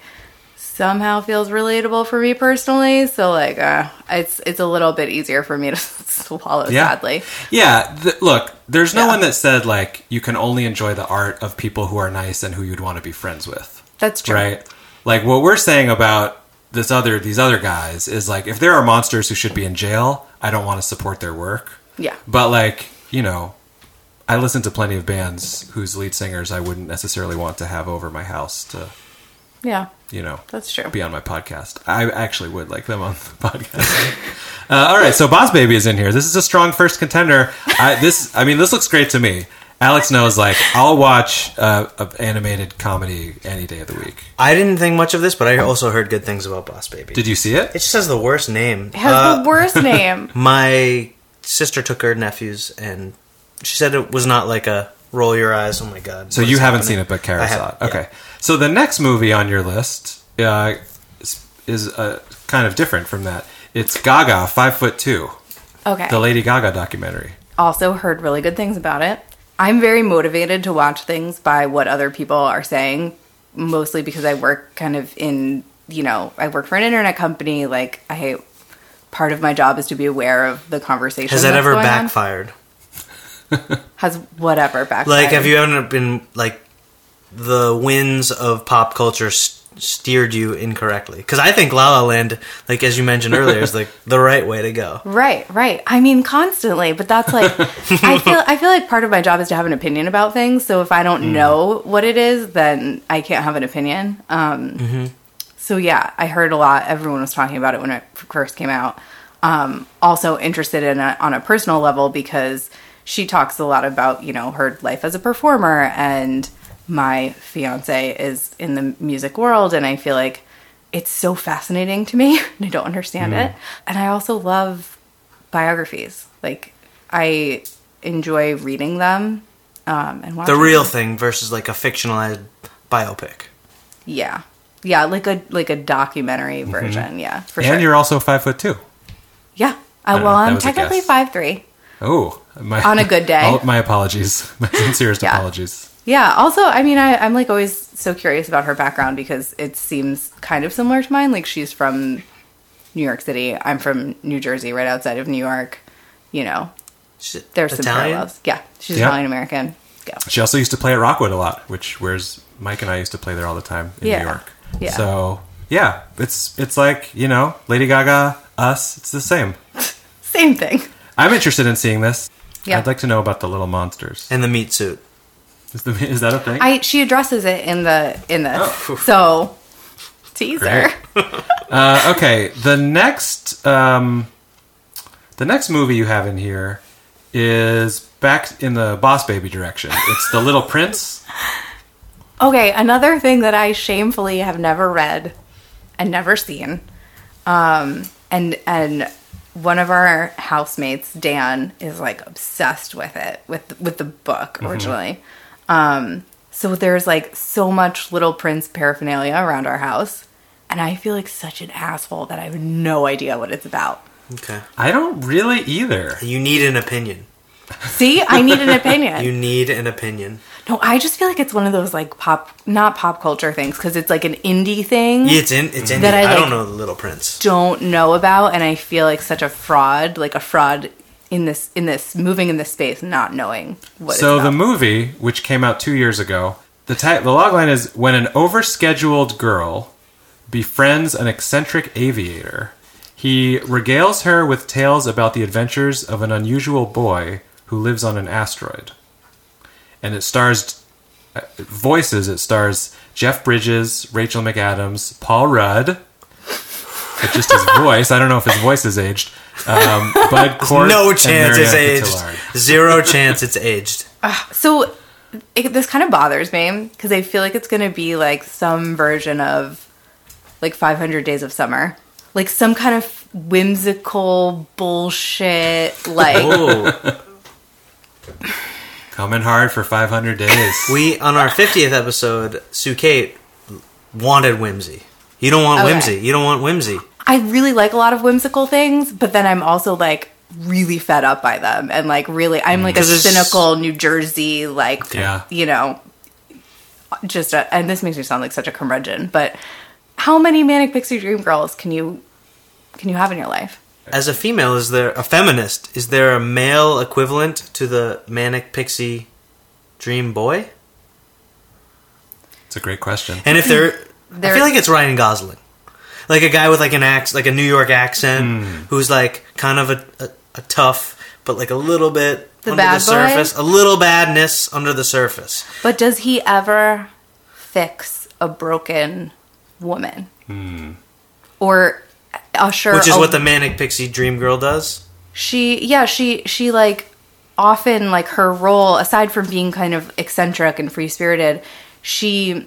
Speaker 3: somehow feels relatable for me personally. So like uh, it's it's a little bit easier for me to swallow
Speaker 2: Yeah.
Speaker 3: sadly.
Speaker 2: Yeah, th- look, there's no
Speaker 3: Yeah.
Speaker 2: one that said like you can only enjoy the art of people who are nice and who you'd want to be friends with,
Speaker 3: That's true.
Speaker 2: right? Like what we're saying about this other these other guys is like if there are monsters who should be in jail, I don't want to support their work.
Speaker 3: Yeah.
Speaker 2: But like, you know, I listen to plenty of bands whose lead singers I wouldn't necessarily want to have over my house to,
Speaker 3: Yeah.
Speaker 2: you know,
Speaker 3: That's true.
Speaker 2: be on my podcast. I actually would like them on the podcast. uh, all right, so Boss Baby is in here. This is a strong first contender. I, this, I mean, this looks great to me. Alex knows, like, I'll watch uh, an animated comedy any day of the week.
Speaker 1: I didn't think much of this, but I also heard good things about Boss Baby.
Speaker 2: Did you see
Speaker 1: It
Speaker 2: it?
Speaker 1: just has the worst name.
Speaker 3: Has
Speaker 1: Uh,
Speaker 3: the worst name.
Speaker 1: my sister took her nephews, and she said it was not like a roll your eyes. Oh my god!
Speaker 2: So you haven't seen it, but Kara
Speaker 1: I
Speaker 2: saw
Speaker 1: haven't,
Speaker 2: it. Okay. So the next movie on your list uh, is, is uh, kind of different from that. It's Gaga, Five Foot Two,
Speaker 3: Okay.
Speaker 2: the Lady Gaga documentary.
Speaker 3: also heard really good things about it. I'm very motivated to watch things by what other people are saying, mostly because I work kind of in, you know, I work for an internet company. Like, I, part of my job is to be aware of the conversation.
Speaker 1: Has that
Speaker 3: that's
Speaker 1: ever
Speaker 3: going on.
Speaker 1: backfired?
Speaker 3: Has whatever backfired?
Speaker 1: Like, have you ever been like the winds of pop culture s- steered you incorrectly? Because I think La La Land, like as you mentioned earlier, is like the right way to go.
Speaker 3: Right, right. I mean, constantly, but that's like, I feel, I feel like part of my job is to have an opinion about things. So if I don't
Speaker 1: Hmm.
Speaker 3: know what it is, then I can't have an opinion. Um, So yeah, I heard a lot. Everyone was talking about it when it first came out. Um, also interested in a, on a personal level because she talks a lot about you know her life as a performer, and my fiance is in the music world, and I feel like it's so fascinating to me, and I don't understand
Speaker 1: Hmm.
Speaker 3: it. And I also love biographies. Like I enjoy reading them um, and watching
Speaker 1: The real
Speaker 3: them.
Speaker 1: thing versus like a fictionalized biopic.
Speaker 3: yeah. Yeah, like a like a documentary
Speaker 1: Mm-hmm.
Speaker 3: version, yeah, for
Speaker 2: and
Speaker 3: sure.
Speaker 2: you're also five foot two.
Speaker 3: Yeah.
Speaker 2: don't
Speaker 3: Uh,
Speaker 2: know.
Speaker 3: well,
Speaker 2: That
Speaker 3: I'm
Speaker 2: was a
Speaker 3: technically
Speaker 2: guess.
Speaker 3: five three.
Speaker 2: Oh, my,
Speaker 3: On a good day.
Speaker 2: All- my apologies. My sincerest
Speaker 3: Yeah.
Speaker 2: apologies.
Speaker 3: Yeah. Also, I mean, I, I'm like always so curious about her background because it seems kind of similar to mine. Like she's from New York City. I'm from New Jersey, right outside of New York. You know,
Speaker 1: She's
Speaker 3: there's some
Speaker 1: Italian?
Speaker 3: parallels. Yeah, she's
Speaker 2: Yeah.
Speaker 3: Italian American. Go.
Speaker 2: She also used to play at Rockwood a lot, which where's Mike and I used to play there all the time in
Speaker 3: Yeah.
Speaker 2: New York.
Speaker 3: Yeah.
Speaker 2: So yeah, it's it's like you know Lady Gaga, us. It's the same.
Speaker 3: Same thing.
Speaker 2: I'm interested in seeing this.
Speaker 3: Yeah.
Speaker 2: I'd like to know about the little monsters.
Speaker 1: and the meat suit.
Speaker 2: Is, the, is that a thing?
Speaker 3: I she addresses it in the in the
Speaker 2: Oh.
Speaker 3: so teaser.
Speaker 2: Great. uh, okay, the next um, the next movie you have in here is back in the Boss Baby direction. It's The Little Prince.
Speaker 3: Okay, another thing that I shamefully have never read and never seen. Um, and and one of our housemates, Dan, is like obsessed with it, with with the book
Speaker 1: Mm-hmm.
Speaker 3: originally. Um, so there's like so much Little Prince paraphernalia around our house, and I feel like such an asshole that I have no idea what it's about.
Speaker 1: Okay,
Speaker 2: I don't really either.
Speaker 1: you need an opinion.
Speaker 3: See, I need an opinion.
Speaker 1: You need an opinion.
Speaker 3: no, I just feel like it's one of those like pop, not pop culture things because it's like an indie thing.
Speaker 1: Yeah, It's in. It's in.
Speaker 3: Mm-hmm. That
Speaker 1: I,
Speaker 3: I,
Speaker 1: don't
Speaker 3: like-
Speaker 1: know the Little Prince.
Speaker 3: don't know about and I feel like such a fraud, like a fraud in this in this moving in this space not knowing what
Speaker 2: So
Speaker 3: it's
Speaker 2: the
Speaker 3: about.
Speaker 2: movie, which came out two years ago, the ti- the logline is when an overscheduled girl befriends an eccentric aviator. He regales her with tales about the adventures of an unusual boy who lives on an asteroid. And it stars uh, voices. It stars Jeff Bridges, Rachel McAdams, Paul Rudd. But just his voice. I don't know if his voice is aged. Um, Bud Cort
Speaker 1: No
Speaker 2: and
Speaker 1: chance it's
Speaker 2: Marion
Speaker 1: aged.
Speaker 2: Cotillard.
Speaker 1: Zero chance it's aged.
Speaker 3: So it, this kind of bothers me because I feel like it's going to be like some version of like 500 Days of Summer, like some kind of whimsical bullshit. Like
Speaker 1: Oh,
Speaker 2: Coming hard for 500 days.
Speaker 1: we on our fiftieth episode, Sue Kate wanted whimsy. You don't want
Speaker 3: Okay.
Speaker 1: whimsy. You don't want whimsy.
Speaker 3: I really like a lot of whimsical things, but then I'm also like really fed up by them and like really I'm like a
Speaker 1: 'Cause it's-
Speaker 3: cynical New Jersey like
Speaker 2: Yeah.
Speaker 3: you know just a, and this makes me sound like such a curmudgeon, but how many manic pixie dream girls can you can you have in your life?
Speaker 1: As a female, is there a feminist? Is there a male equivalent to the manic pixie dream boy?
Speaker 2: It's a great question.
Speaker 1: And if they're, I
Speaker 3: There-
Speaker 1: feel like it's Ryan Gosling, like a guy with like an ax, like a New York accent, who's like kind of a, a, a tough, but like a little bit
Speaker 3: The
Speaker 1: under the
Speaker 3: bad boy?
Speaker 1: surface, a little badness under the surface.
Speaker 3: But does he ever fix a broken woman? Or usher
Speaker 1: Hmm. which is
Speaker 3: a
Speaker 1: what the manic pixie dream girl does.
Speaker 3: she yeah she she like often like her role aside from being kind of eccentric and free-spirited she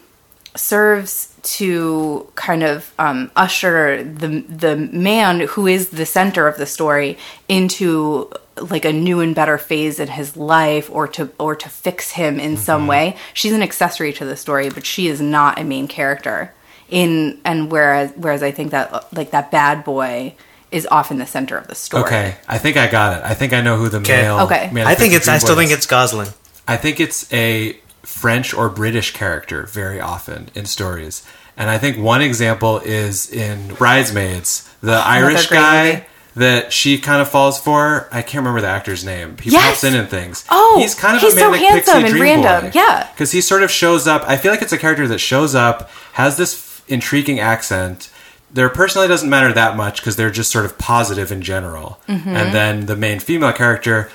Speaker 3: serves to kind of um, usher the the man who is the center of the story into like a new and better phase in his life or to or to fix him in some way she's an accessory to the story but she is not a main character in and whereas whereas i think that like that bad boy is often the center of the story
Speaker 2: Okay, I think I got it. I think I know who the male.
Speaker 3: Okay.
Speaker 2: man
Speaker 1: I think
Speaker 2: of
Speaker 1: it's. I
Speaker 2: Dream
Speaker 1: still
Speaker 2: Boy
Speaker 1: think
Speaker 2: is.
Speaker 1: it's Gosling.
Speaker 2: I think it's a French or British character very often in stories. And I think one example is in Bridesmaids, the Irish
Speaker 3: great
Speaker 2: guy
Speaker 3: movie.
Speaker 2: that she kind of falls for. I can't remember the actor's name. He
Speaker 3: Yes!
Speaker 2: pops in and things.
Speaker 3: Oh,
Speaker 2: he's kind of
Speaker 3: he's
Speaker 2: a
Speaker 3: so
Speaker 2: manic
Speaker 3: handsome
Speaker 2: pixie
Speaker 3: and
Speaker 2: dream
Speaker 3: random. Yeah.
Speaker 2: because he sort of shows up. I feel like it's a character that shows up, has this f- intriguing accent. Their personality doesn't matter that much because they're just sort of positive in general.
Speaker 3: Mm-hmm.
Speaker 2: And then the main female character,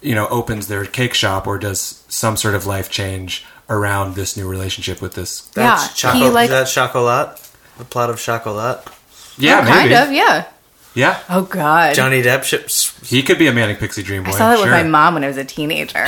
Speaker 2: you know, opens their cake shop or does some sort of life change around this new relationship with this.
Speaker 1: That's
Speaker 3: Yeah,
Speaker 1: Choco,
Speaker 3: he, like-
Speaker 1: is that Chocolat? The plot of Chocolat.
Speaker 2: Yeah,
Speaker 3: Oh, kind
Speaker 2: maybe.
Speaker 3: of yeah
Speaker 2: Yeah,
Speaker 3: oh god
Speaker 1: Johnny Depp ships.
Speaker 2: he could be a manic pixie dream boy.
Speaker 3: I saw that
Speaker 2: sure.
Speaker 3: with my mom when I was a teenager.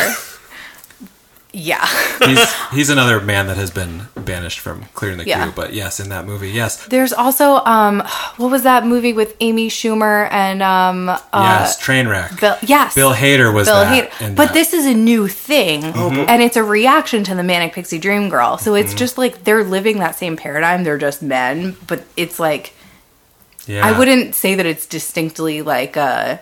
Speaker 3: yeah.
Speaker 2: he's, he's another man that has been banished from clearing the
Speaker 3: Yeah.
Speaker 2: queue. But yes, in that movie, yes,
Speaker 3: There's also um what was that movie with Amy Schumer and um uh
Speaker 2: yes, train wreck.
Speaker 3: Bill yes.
Speaker 2: Bill Hader was
Speaker 3: Bill
Speaker 2: that.
Speaker 3: Hader.
Speaker 2: in
Speaker 3: But
Speaker 2: that. Mm-hmm.
Speaker 3: this is a new thing and it's a reaction to the manic pixie dream girl. So it's just like they're living that same paradigm, they're just men, but it's like
Speaker 2: yeah.
Speaker 3: I wouldn't say that it's distinctly like uh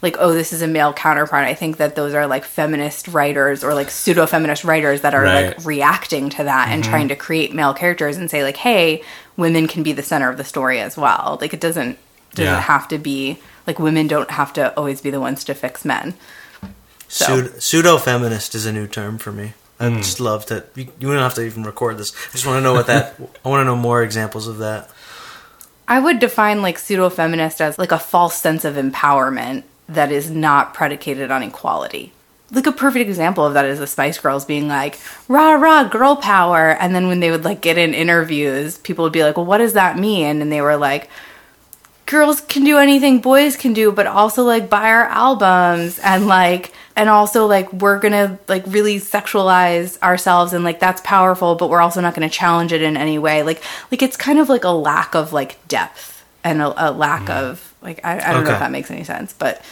Speaker 3: like oh this is a male counterpart. I think that those are like feminist writers or like pseudo feminist writers that are
Speaker 2: Right. Mm-hmm.
Speaker 3: like reacting to that and trying to create male characters and say like hey women can be the center of the story as well. Like it doesn't doesn't
Speaker 2: Yeah.
Speaker 3: have to be like women don't have to always be the ones to fix men.
Speaker 1: Pseudo feminist is a new term for me. I just love that. You, you don't have to even record this. I just want to know what that. I want to know more examples of that.
Speaker 3: I would define like pseudo feminist as like a false sense of empowerment that is not predicated on equality. Like a perfect example of that is the Spice Girls being like, rah, rah, girl power. And then when they would like get in interviews, people would be like, well, what does that mean? And they were like, girls can do anything boys can do, but also like buy our albums and like, and also like we're gonna like really sexualize ourselves and like that's powerful, but we're also not gonna challenge it in any way. Like, like it's kind of like a lack of like depth and a, a lack of like I, I don't know
Speaker 1: Okay.
Speaker 3: if that makes any sense, but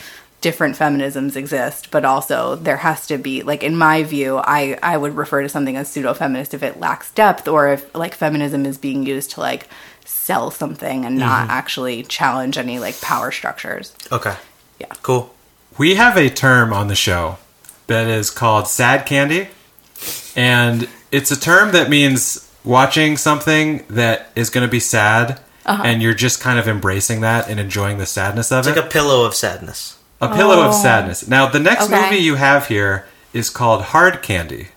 Speaker 3: different feminisms exist, but also there has to be like in my view, I I would refer to something as pseudo feminist if it lacks depth or if like feminism is being used to like sell something and not actually challenge any like power structures.
Speaker 1: Okay.
Speaker 3: Yeah.
Speaker 1: Cool.
Speaker 2: We have a term on the show that is called sad candy, and it's a term that means watching something that is going to be sad,
Speaker 3: Uh-huh.
Speaker 2: and you're just kind of embracing that and enjoying the sadness of
Speaker 1: It's
Speaker 2: it.
Speaker 1: like a pillow of sadness.
Speaker 2: a, pillow of sadness. Now, the next
Speaker 3: Oh. Okay.
Speaker 2: movie you have here is called Hard Candy,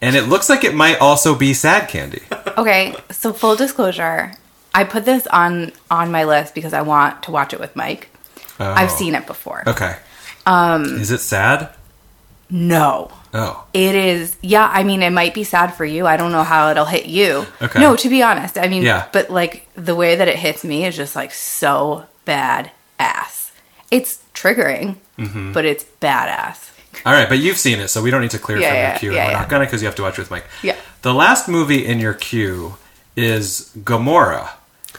Speaker 2: and it looks like it might also be sad candy.
Speaker 3: Okay, so full disclosure, I put this on on my list because I want to watch it with Mike. I've seen it before.
Speaker 2: Oh. Okay. Um, is it sad?
Speaker 3: No.
Speaker 2: Oh,
Speaker 3: It is, yeah. I mean, it might be sad for you. I don't know how it'll hit you.
Speaker 2: Okay.
Speaker 3: No, to be honest, I mean,
Speaker 2: Yeah.
Speaker 3: but like the way that it hits me is just like so bad ass. It's triggering,
Speaker 2: Mm-hmm.
Speaker 3: but it's badass.
Speaker 2: All right, but you've seen it, so we don't need to clear
Speaker 3: Yeah,
Speaker 2: from
Speaker 3: yeah,
Speaker 2: your queue.
Speaker 3: yeah,
Speaker 2: We're
Speaker 3: yeah.
Speaker 2: not gonna because you have to watch with Mike.
Speaker 3: Yeah.
Speaker 2: The last movie in your queue is Gomorrah.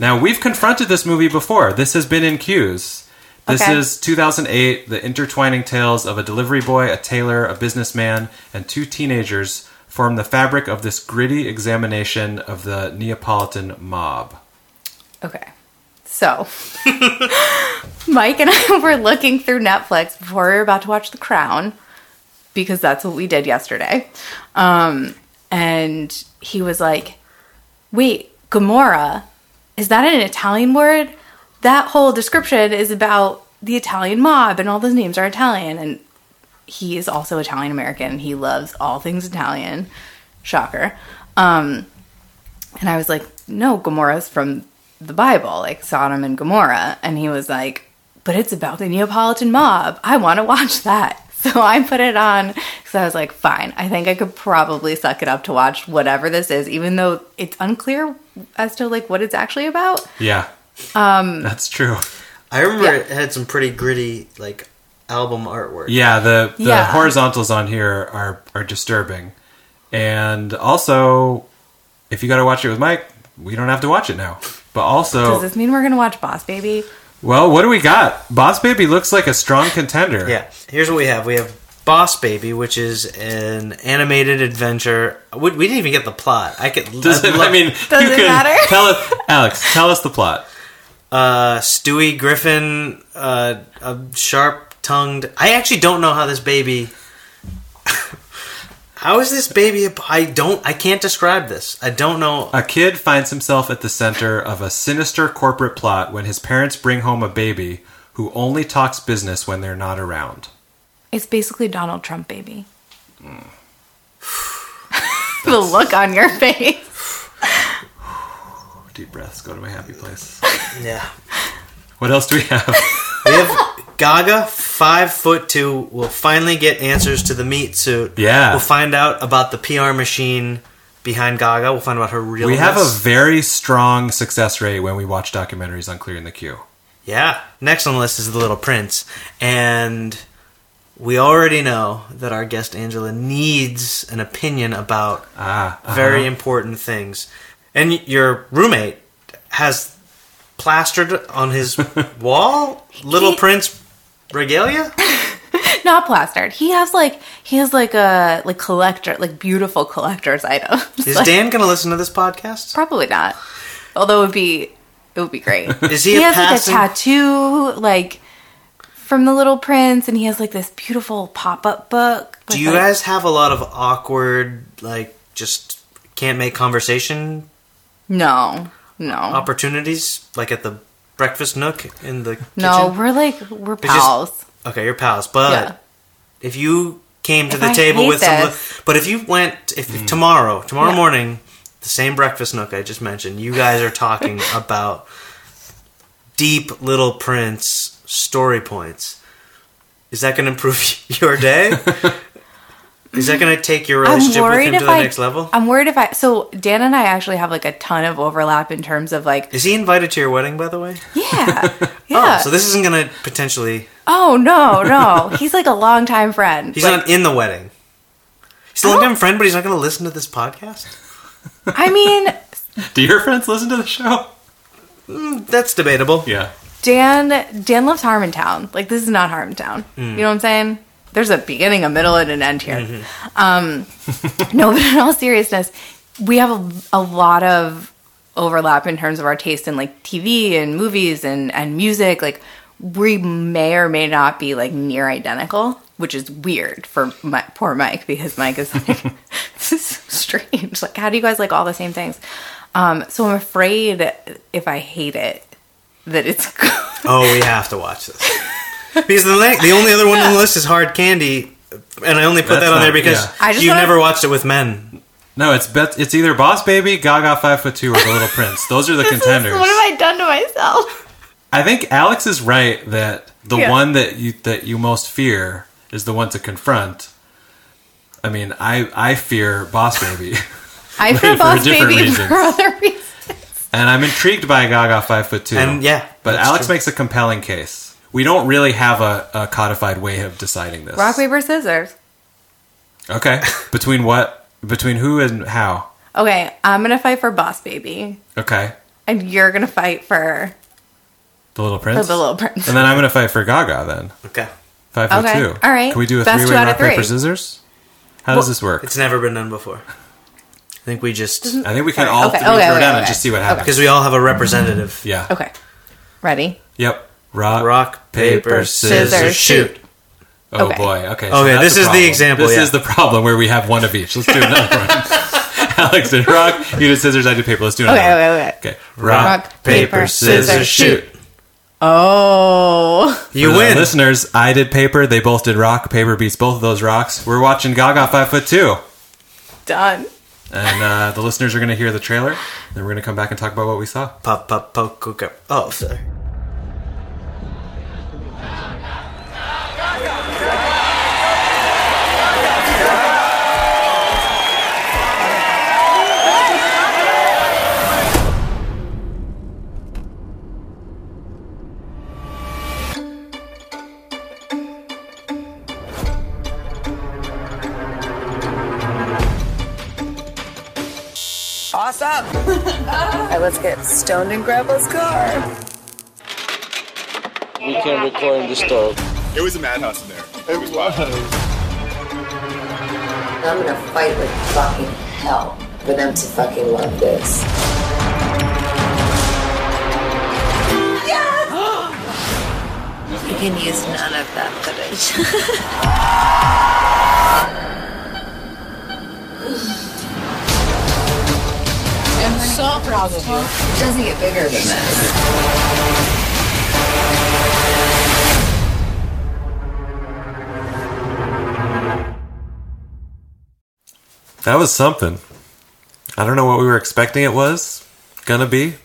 Speaker 2: Now we've confronted this movie before. This has been in queues. This
Speaker 3: Okay.
Speaker 2: is 2008, the intertwining tales of a delivery boy, a tailor, a businessman, and two teenagers form the fabric of this gritty examination of the Neapolitan mob.
Speaker 3: Okay. So, Mike and I were looking through Netflix before we were about to watch The Crown because that's what we did yesterday. Um, and he was like, Wait, Gomorrah, is that an Italian word? That whole description is about the Italian mob, and all those names are Italian. And he is also Italian American. and He loves all things Italian. Shocker. Um, and I was like, no, Gomorrah's from the Bible, like Sodom and Gomorrah. And he was like, but it's about the Neapolitan mob. I want to watch that. So I put it on because I was like, fine, I think I could probably suck it up to watch whatever this is, even though it's unclear as to like what it's actually about.
Speaker 2: Yeah. Um, That's true.
Speaker 1: I remember
Speaker 3: Yeah.
Speaker 1: it had some pretty gritty like album artwork.
Speaker 2: Yeah, the the
Speaker 3: Yeah.
Speaker 2: horizontals on here are are disturbing, and also if you got to watch it with Mike, we don't have to watch it now. But
Speaker 3: Does
Speaker 2: also,
Speaker 3: this mean we're gonna watch Boss Baby?
Speaker 2: well, what do we got? Boss Baby looks like a strong contender.
Speaker 1: Yeah. Here's what we have. We have Boss Baby, which is an animated adventure. We, we didn't even get the plot. I could.
Speaker 2: Does it, I mean,
Speaker 3: Does
Speaker 2: you
Speaker 3: it
Speaker 2: can
Speaker 3: matter?
Speaker 2: Tell us, Alex. Tell us the plot.
Speaker 1: uh, Stewie Griffin, uh, a sharp-tongued. I actually don't know how this baby. how is this baby? a- I don't. I can't describe this. I don't know.
Speaker 2: A kid finds himself at the center of a sinister corporate plot when his parents bring home a baby who only talks business when they're not around.
Speaker 3: It's basically Donald Trump Baby. the look on your face.
Speaker 2: Deep breaths. Go to my happy place.
Speaker 1: Yeah.
Speaker 2: What else do we have?
Speaker 1: We have Gaga, five foot two, will finally get answers to the meat suit.
Speaker 2: Yeah.
Speaker 1: We'll find out about the PR machine behind Gaga. We'll find out her real.
Speaker 2: We have a very strong success rate when we watch documentaries on clearing the queue.
Speaker 1: Yeah. Next on the list is The Little Prince. And we already know that our guest Angela needs an opinion about
Speaker 2: Ah, uh-huh.
Speaker 1: very important things. And y- your roommate has plastered on his wall Little Prince regalia?
Speaker 3: Not plastered. He has like he has like a like collector like beautiful collector's items.
Speaker 1: Is
Speaker 3: Like,
Speaker 1: Dan going to listen to this podcast?
Speaker 3: probably not. Although it would be it would be great.
Speaker 1: Is he,
Speaker 3: he
Speaker 1: a
Speaker 3: has like a
Speaker 1: passing?
Speaker 3: tattoo like from the little prince and he has like this beautiful pop-up book with,
Speaker 1: Do you
Speaker 3: like-
Speaker 1: guys have a lot of awkward, like, just can't make conversation
Speaker 3: no no
Speaker 1: opportunities? Like at the breakfast nook in the kitchen?
Speaker 3: no we're like we're
Speaker 1: just-
Speaker 3: pals
Speaker 1: Okay, your pals, but
Speaker 3: Yeah.
Speaker 1: if you came to
Speaker 3: If
Speaker 1: the
Speaker 3: I
Speaker 1: table
Speaker 3: hate
Speaker 1: with some,
Speaker 3: this.
Speaker 1: but if you went if tomorrow, tomorrow
Speaker 3: Yeah.
Speaker 1: morning, the same breakfast nook I just mentioned, you guys are talking about deep Little Prince story points. Is that going to improve your day? Is that going to take your relationship with him to the
Speaker 3: I,
Speaker 1: next level?
Speaker 3: I'm worried if I. So Dan and I actually have like a ton of overlap in terms of like,
Speaker 1: Is he invited to your wedding, by the way?
Speaker 3: yeah, yeah.
Speaker 1: Oh, so this isn't going to potentially.
Speaker 3: oh no, no. He's like a longtime friend.
Speaker 1: He's
Speaker 3: Like,
Speaker 1: not in the wedding. He's a
Speaker 3: I don't-
Speaker 1: long-time friend, but he's not going to listen to this podcast.
Speaker 3: I mean,
Speaker 2: Do your friends listen to the show?
Speaker 1: That's debatable.
Speaker 2: Yeah.
Speaker 3: Dan. Dan loves Harmontown. Like this is not Harmontown. You know what I'm saying? There's a beginning, a middle, and an end here. Um, no, but in all seriousness, we have a, a lot of overlap in terms of our taste in like TV and movies and and music. Like we may or may not be like near identical, which is weird for my, poor Mike because Mike is like this is so strange. Like how do you guys like all the same things? Um, so I'm afraid if I hate it that it's good.
Speaker 1: Oh, we have to watch this because the la- the only other one on the list is Hard Candy, and I only put
Speaker 2: That's
Speaker 1: that on there
Speaker 2: not-
Speaker 1: because
Speaker 2: yeah.
Speaker 3: I just
Speaker 1: you
Speaker 3: wanna-
Speaker 1: never watched it with men.
Speaker 2: No, it's bet- it's either Boss Baby, Gaga Five Foot Two, or The Little Prince. Those are the contenders.
Speaker 3: what have I done to myself?
Speaker 2: I think Alex is right that the
Speaker 3: Yeah.
Speaker 2: one that you that you most fear is the one to confront. I mean, I I fear Boss Baby,
Speaker 3: I
Speaker 2: For
Speaker 3: feel
Speaker 2: a
Speaker 3: boss
Speaker 2: different
Speaker 3: baby
Speaker 2: reason.
Speaker 3: for other reasons.
Speaker 2: and I'm intrigued by Gaga Five Foot Two.
Speaker 1: And yeah,
Speaker 2: but
Speaker 1: that's
Speaker 2: Alex
Speaker 1: true.
Speaker 2: makes a compelling case. We don't really have a, a codified way of deciding this.
Speaker 3: Rock paper scissors.
Speaker 2: Okay. Between what? Between who and how?
Speaker 3: Okay, I'm gonna fight for boss baby,
Speaker 2: Okay.
Speaker 3: and you're gonna fight for
Speaker 2: The Little
Speaker 3: for
Speaker 2: Prince.
Speaker 3: the little prince.
Speaker 2: And then I'm gonna fight for Gaga. Then
Speaker 1: Okay,
Speaker 2: five foot
Speaker 3: Okay.
Speaker 2: two.
Speaker 3: All right.
Speaker 2: Can we do a
Speaker 3: Best two
Speaker 2: three-way
Speaker 3: out of
Speaker 2: rock paper
Speaker 3: three.
Speaker 2: scissors? How does this work?
Speaker 1: it's never been done before. I think we just
Speaker 2: I think we can all
Speaker 3: Okay,
Speaker 2: three
Speaker 3: okay,
Speaker 2: throw
Speaker 3: okay,
Speaker 2: down and
Speaker 3: okay.
Speaker 2: just see what
Speaker 3: Okay.
Speaker 2: happens.
Speaker 1: because we all have a representative.
Speaker 2: Yeah.
Speaker 3: Okay, ready?
Speaker 2: Yep. Rock.
Speaker 1: Rock, paper, scissors,
Speaker 3: scissors,
Speaker 1: shoot.
Speaker 2: Oh
Speaker 3: Okay.
Speaker 2: boy. Okay.
Speaker 1: Okay, this
Speaker 2: that's the
Speaker 1: is the
Speaker 2: problem.
Speaker 1: example,
Speaker 2: This
Speaker 1: yeah.
Speaker 2: is the problem where we have one of each. Let's do another one. Alex did rock. You did scissors. I did paper. Let's do another.
Speaker 3: Okay, okay, okay.
Speaker 2: Okay. Rock,
Speaker 3: Rock,
Speaker 2: paper,
Speaker 3: paper,
Speaker 2: scissors,
Speaker 3: scissors,
Speaker 2: shoot.
Speaker 3: Oh,
Speaker 1: You
Speaker 2: For the
Speaker 1: win.
Speaker 2: listeners. I did paper. They both did rock. Paper beats both of those rocks. We're watching Gaga Five Foot Two,
Speaker 3: done.
Speaker 2: and uh, the listeners are going to hear the trailer. Then we're going to come back and talk about what we saw.
Speaker 1: Pop, pop, poke, cook up. Oh, sorry.
Speaker 4: pass up. All right, let's get stoned in Grandpa's car.
Speaker 5: We can record in the store.
Speaker 6: It was a madhouse in there. It was wild.
Speaker 4: I'm gonna fight with fucking hell for them to fucking love this. you can use none of that footage.
Speaker 7: I'm so proud of you.
Speaker 4: It doesn't get bigger than this.
Speaker 2: That was something. I don't know what we were expecting it was gonna be,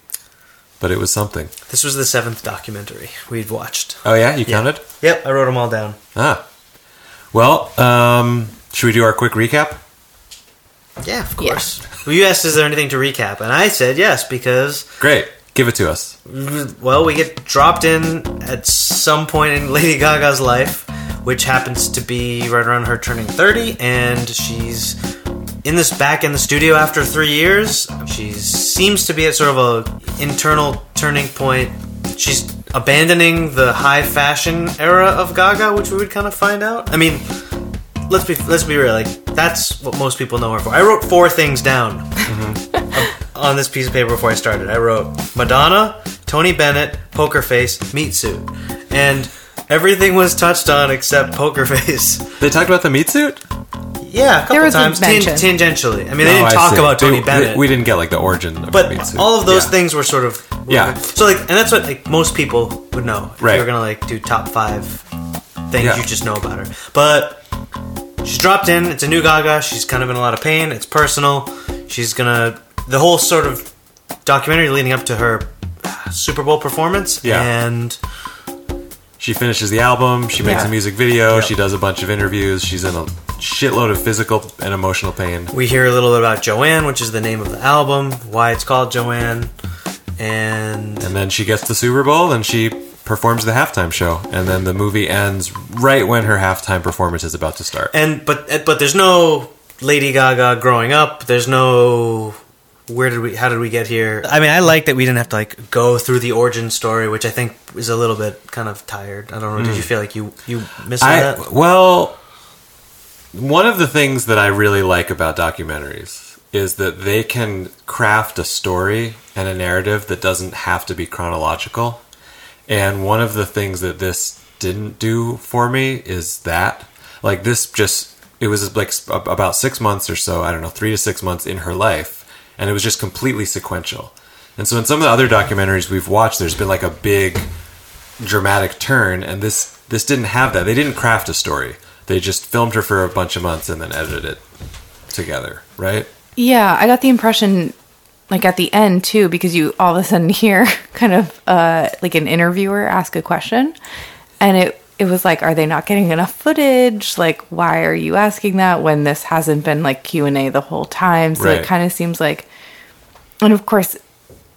Speaker 2: but it was something.
Speaker 1: This was the seventh documentary we'd watched.
Speaker 2: Oh yeah, you counted?
Speaker 1: Yep, I wrote them all down.
Speaker 2: Ah. Well, um, should we do our quick recap?
Speaker 1: Yeah, of course. Well, you asked, is there anything to recap? And I said yes, because,
Speaker 2: Great. Give it to us.
Speaker 1: well, we get dropped in at some point in Lady Gaga's life, which happens to be right around her turning 30, and she's in this back in the studio after three years. She seems to be at sort of a internal turning point. She's abandoning the high fashion era of Gaga, which we would kind of find out. I mean, let's be let's be real. Like that's what most people know her for. I wrote four things down on this piece of paper before I started. I wrote Madonna, Tony Bennett, Poker Face, Meat Suit, and everything was touched on except Poker Face.
Speaker 2: They talked about the meat suit?
Speaker 1: yeah, a couple
Speaker 3: There was a
Speaker 1: times tan-
Speaker 3: mention.
Speaker 1: tangentially. I mean, they
Speaker 2: No,
Speaker 1: didn't
Speaker 2: Oh, I
Speaker 1: talk
Speaker 2: see.
Speaker 1: about
Speaker 2: They-
Speaker 1: Tony
Speaker 2: we-
Speaker 1: Bennett.
Speaker 2: We, didn't get like the origin of the meat
Speaker 1: but
Speaker 2: suit.
Speaker 1: all of those
Speaker 2: Yeah.
Speaker 1: things were sort of were-
Speaker 2: Yeah.
Speaker 1: So like, and that's what like most people would know. If
Speaker 2: Right.
Speaker 1: you were gonna like do top five things
Speaker 2: Yeah.
Speaker 1: you just know about her. But she's dropped in. It's a new Gaga. She's kind of in a lot of pain. It's personal. She's gonna the whole sort of documentary leading up to her uh, Super Bowl performance.
Speaker 2: Yeah.
Speaker 1: And
Speaker 2: She finishes the album. She makes
Speaker 3: Yeah.
Speaker 2: a music video. She does a bunch of interviews. She's in a shitload of physical and emotional pain.
Speaker 1: we hear a little bit about Joanne, which is the name of the album, why it's called Joanne, and
Speaker 2: And then she gets the Super Bowl and she performs the halftime show. And then the movie ends right when her halftime performance is about to start.
Speaker 1: and but eh, but there's no Lady Gaga growing up. There's no where did we how did we get here? I mean, I like that we didn't have to like go through the origin story, which I think is a little bit kind of tired. I don't know. Did you feel like you you missed
Speaker 2: I
Speaker 1: that?
Speaker 2: well, one of the things that I really like about documentaries is that they can craft a story and a narrative that doesn't have to be chronological. And one of the things that this didn't do for me is that, like, this just it was like s- ab- about six months or so. I don't know, three to six months in her life, and it was just completely sequential. And so, in some of the other documentaries we've watched, there's been like a big dramatic turn and this this didn't have that they didn't craft a story they just filmed her for a bunch of months and then edited it together right
Speaker 3: Yeah, I got the impression like at the end too because you all of a sudden hear kind of uh like an interviewer ask a question and it it was like are they not getting enough footage? Like why are you asking that when this hasn't been like Q&A the whole time? So
Speaker 2: Right.
Speaker 3: it kind of seems like and of course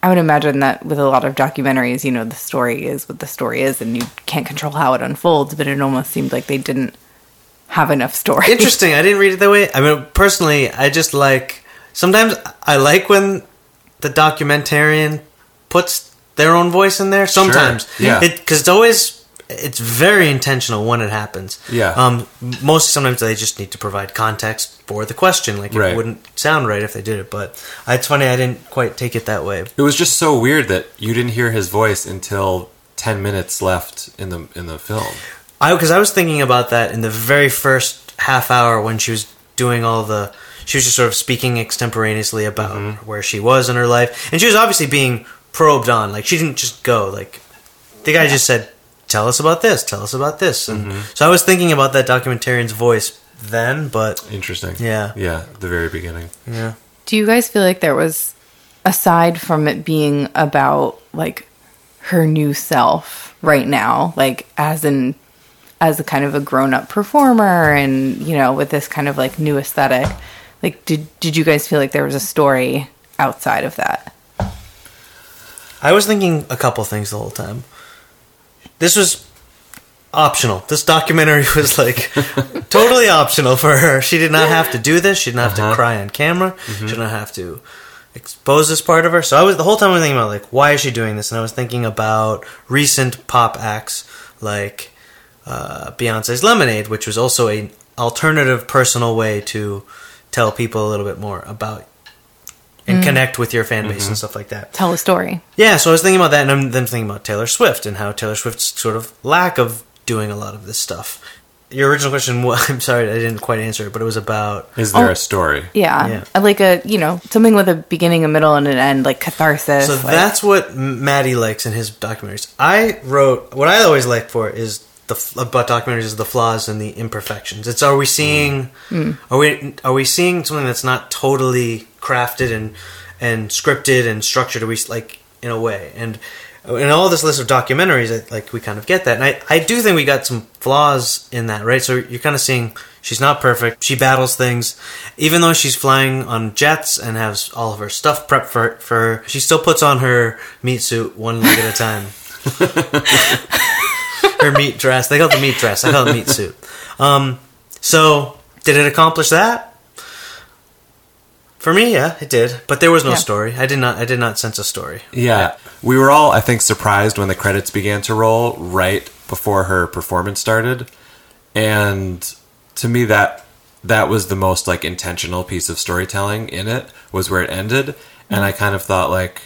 Speaker 3: I would imagine that with a lot of documentaries, you know, the story is what the story is and you can't control how it unfolds, but it almost seemed like they didn't have enough story.
Speaker 1: Interesting. I didn't read it that way. I mean, personally, I just like sometimes I like when the documentarian puts their own voice in there. Sometimes,
Speaker 2: yeah.
Speaker 1: because it's always it's very intentional when it happens.
Speaker 2: Yeah.
Speaker 1: Um, mostly sometimes they just need to provide context for the question. Like it
Speaker 2: Right.
Speaker 1: wouldn't sound right if they did it, but it's funny I didn't quite take it that way.
Speaker 2: it was just so weird that you didn't hear his voice until 10 minutes left in the in the film
Speaker 1: I because I was thinking about that in the very first half hour when she was doing all the she was just sort of speaking extemporaneously about where she was in her life and she was obviously being probed on like she didn't just go like the guy just said tell us about this tell us about this and so I was thinking about that documentarian's voice then but
Speaker 2: interesting
Speaker 1: Yeah.
Speaker 2: yeah at the very beginning
Speaker 1: yeah
Speaker 3: Do you guys feel like there was, aside from it being about like her new self right now, like as in as a kind of a grown up performer and you know with this kind of like new aesthetic, like did did you guys feel like there was a story outside of that?
Speaker 1: I was thinking a couple things the whole time this was optional this documentary was like totally optional for her she did not have to do this she didn't have to cry on camera she didn't have to expose this part of her. So I was the whole time I was thinking about like why is she doing this, and I was thinking about recent pop acts like uh, Beyonce's Lemonade, which was also an alternative personal way to tell people a little bit more about and connect with your fan base and stuff like that.
Speaker 3: Tell a story.
Speaker 1: Yeah, so I was thinking about that, and I'm then thinking about Taylor Swift and how Taylor Swift's sort of lack of doing a lot of this stuff. Your original question, wa- I'm sorry, I didn't quite answer it, but it was about
Speaker 2: Is there
Speaker 3: Oh.
Speaker 2: a story?
Speaker 3: Yeah. Like a, you know, something with a beginning, a middle, and an end, like catharsis.
Speaker 1: So
Speaker 3: like-
Speaker 1: that's what Maddie likes in his documentaries. I wrote what I always like for it is the f- about documentaries is the flaws and the imperfections. It's are we seeing are we are we seeing something that's not totally crafted and and scripted and structured? Are we s- like in a way and in all this list of documentaries, I, like we kind of get that, and I I do think we got some flaws in that, right? So you're kind of seeing. She's not perfect. She battles things. Even though she's flying on jets and has all of her stuff prepped for, for her, she still puts on her meat suit one leg at a time. her meat dress. They call it the meat dress. I call it meat suit. Um, so, did it accomplish that? For me, yeah, it did. But there was no
Speaker 3: Yeah.
Speaker 1: story. I did not. I did not sense a story.
Speaker 2: Yeah. We were all, I think, surprised when the credits began to roll right before her performance started. And to me that that was the most like intentional piece of storytelling in it was where it ended. And I kind of thought like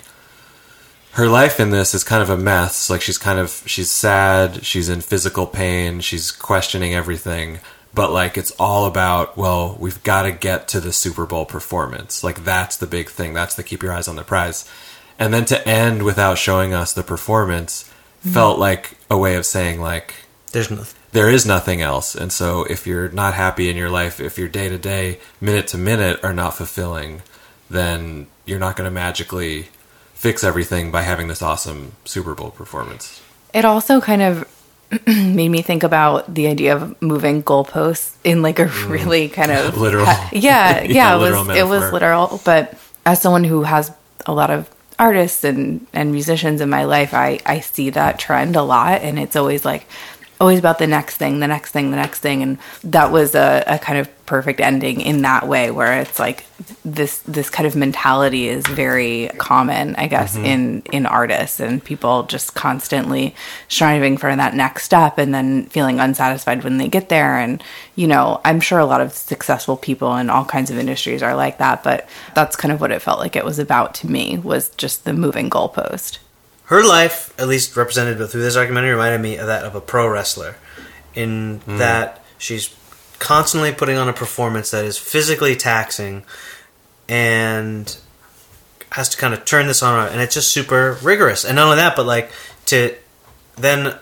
Speaker 2: her life in this is kind of a mess. Like she's kind of she's sad, she's in physical pain, she's questioning everything. But like it's all about, well, we've got to get to the Super Bowl performance. Like that's the big thing. That's the keep your eyes on the prize. And then to end without showing us the performance felt like a way of saying like
Speaker 1: There's nothing.
Speaker 2: there is nothing else. And so if you're not happy in your life, if your day to day, minute to minute are not fulfilling, then you're not going to magically fix everything by having this awesome Super Bowl performance.
Speaker 3: It also kind of made me think about the idea of moving goalposts in like a really kind of
Speaker 2: Mm. Literal.
Speaker 3: yeah, yeah,
Speaker 2: Yeah,
Speaker 3: it was
Speaker 2: literal
Speaker 3: it was
Speaker 2: metaphor.
Speaker 3: literal. But as someone who has a lot of artists and and musicians in my life, I I see that trend a lot, and it's always like always about the next thing, the next thing, the next thing, and that was a, a kind of perfect ending in that way, where it's like this this kind of mentality is very common, I guess, in in artists and people just constantly striving for that next step and then feeling unsatisfied when they get there. And you know, I'm sure a lot of successful people in all kinds of industries are like that, but that's kind of what it felt like it was about to me was just the moving goalpost.
Speaker 1: her life, at least represented through this documentary, reminded me of that of a pro wrestler, in that she's constantly putting on a performance that is physically taxing, and has to kind of turn this on, and it's just super rigorous. And not only that, but like to then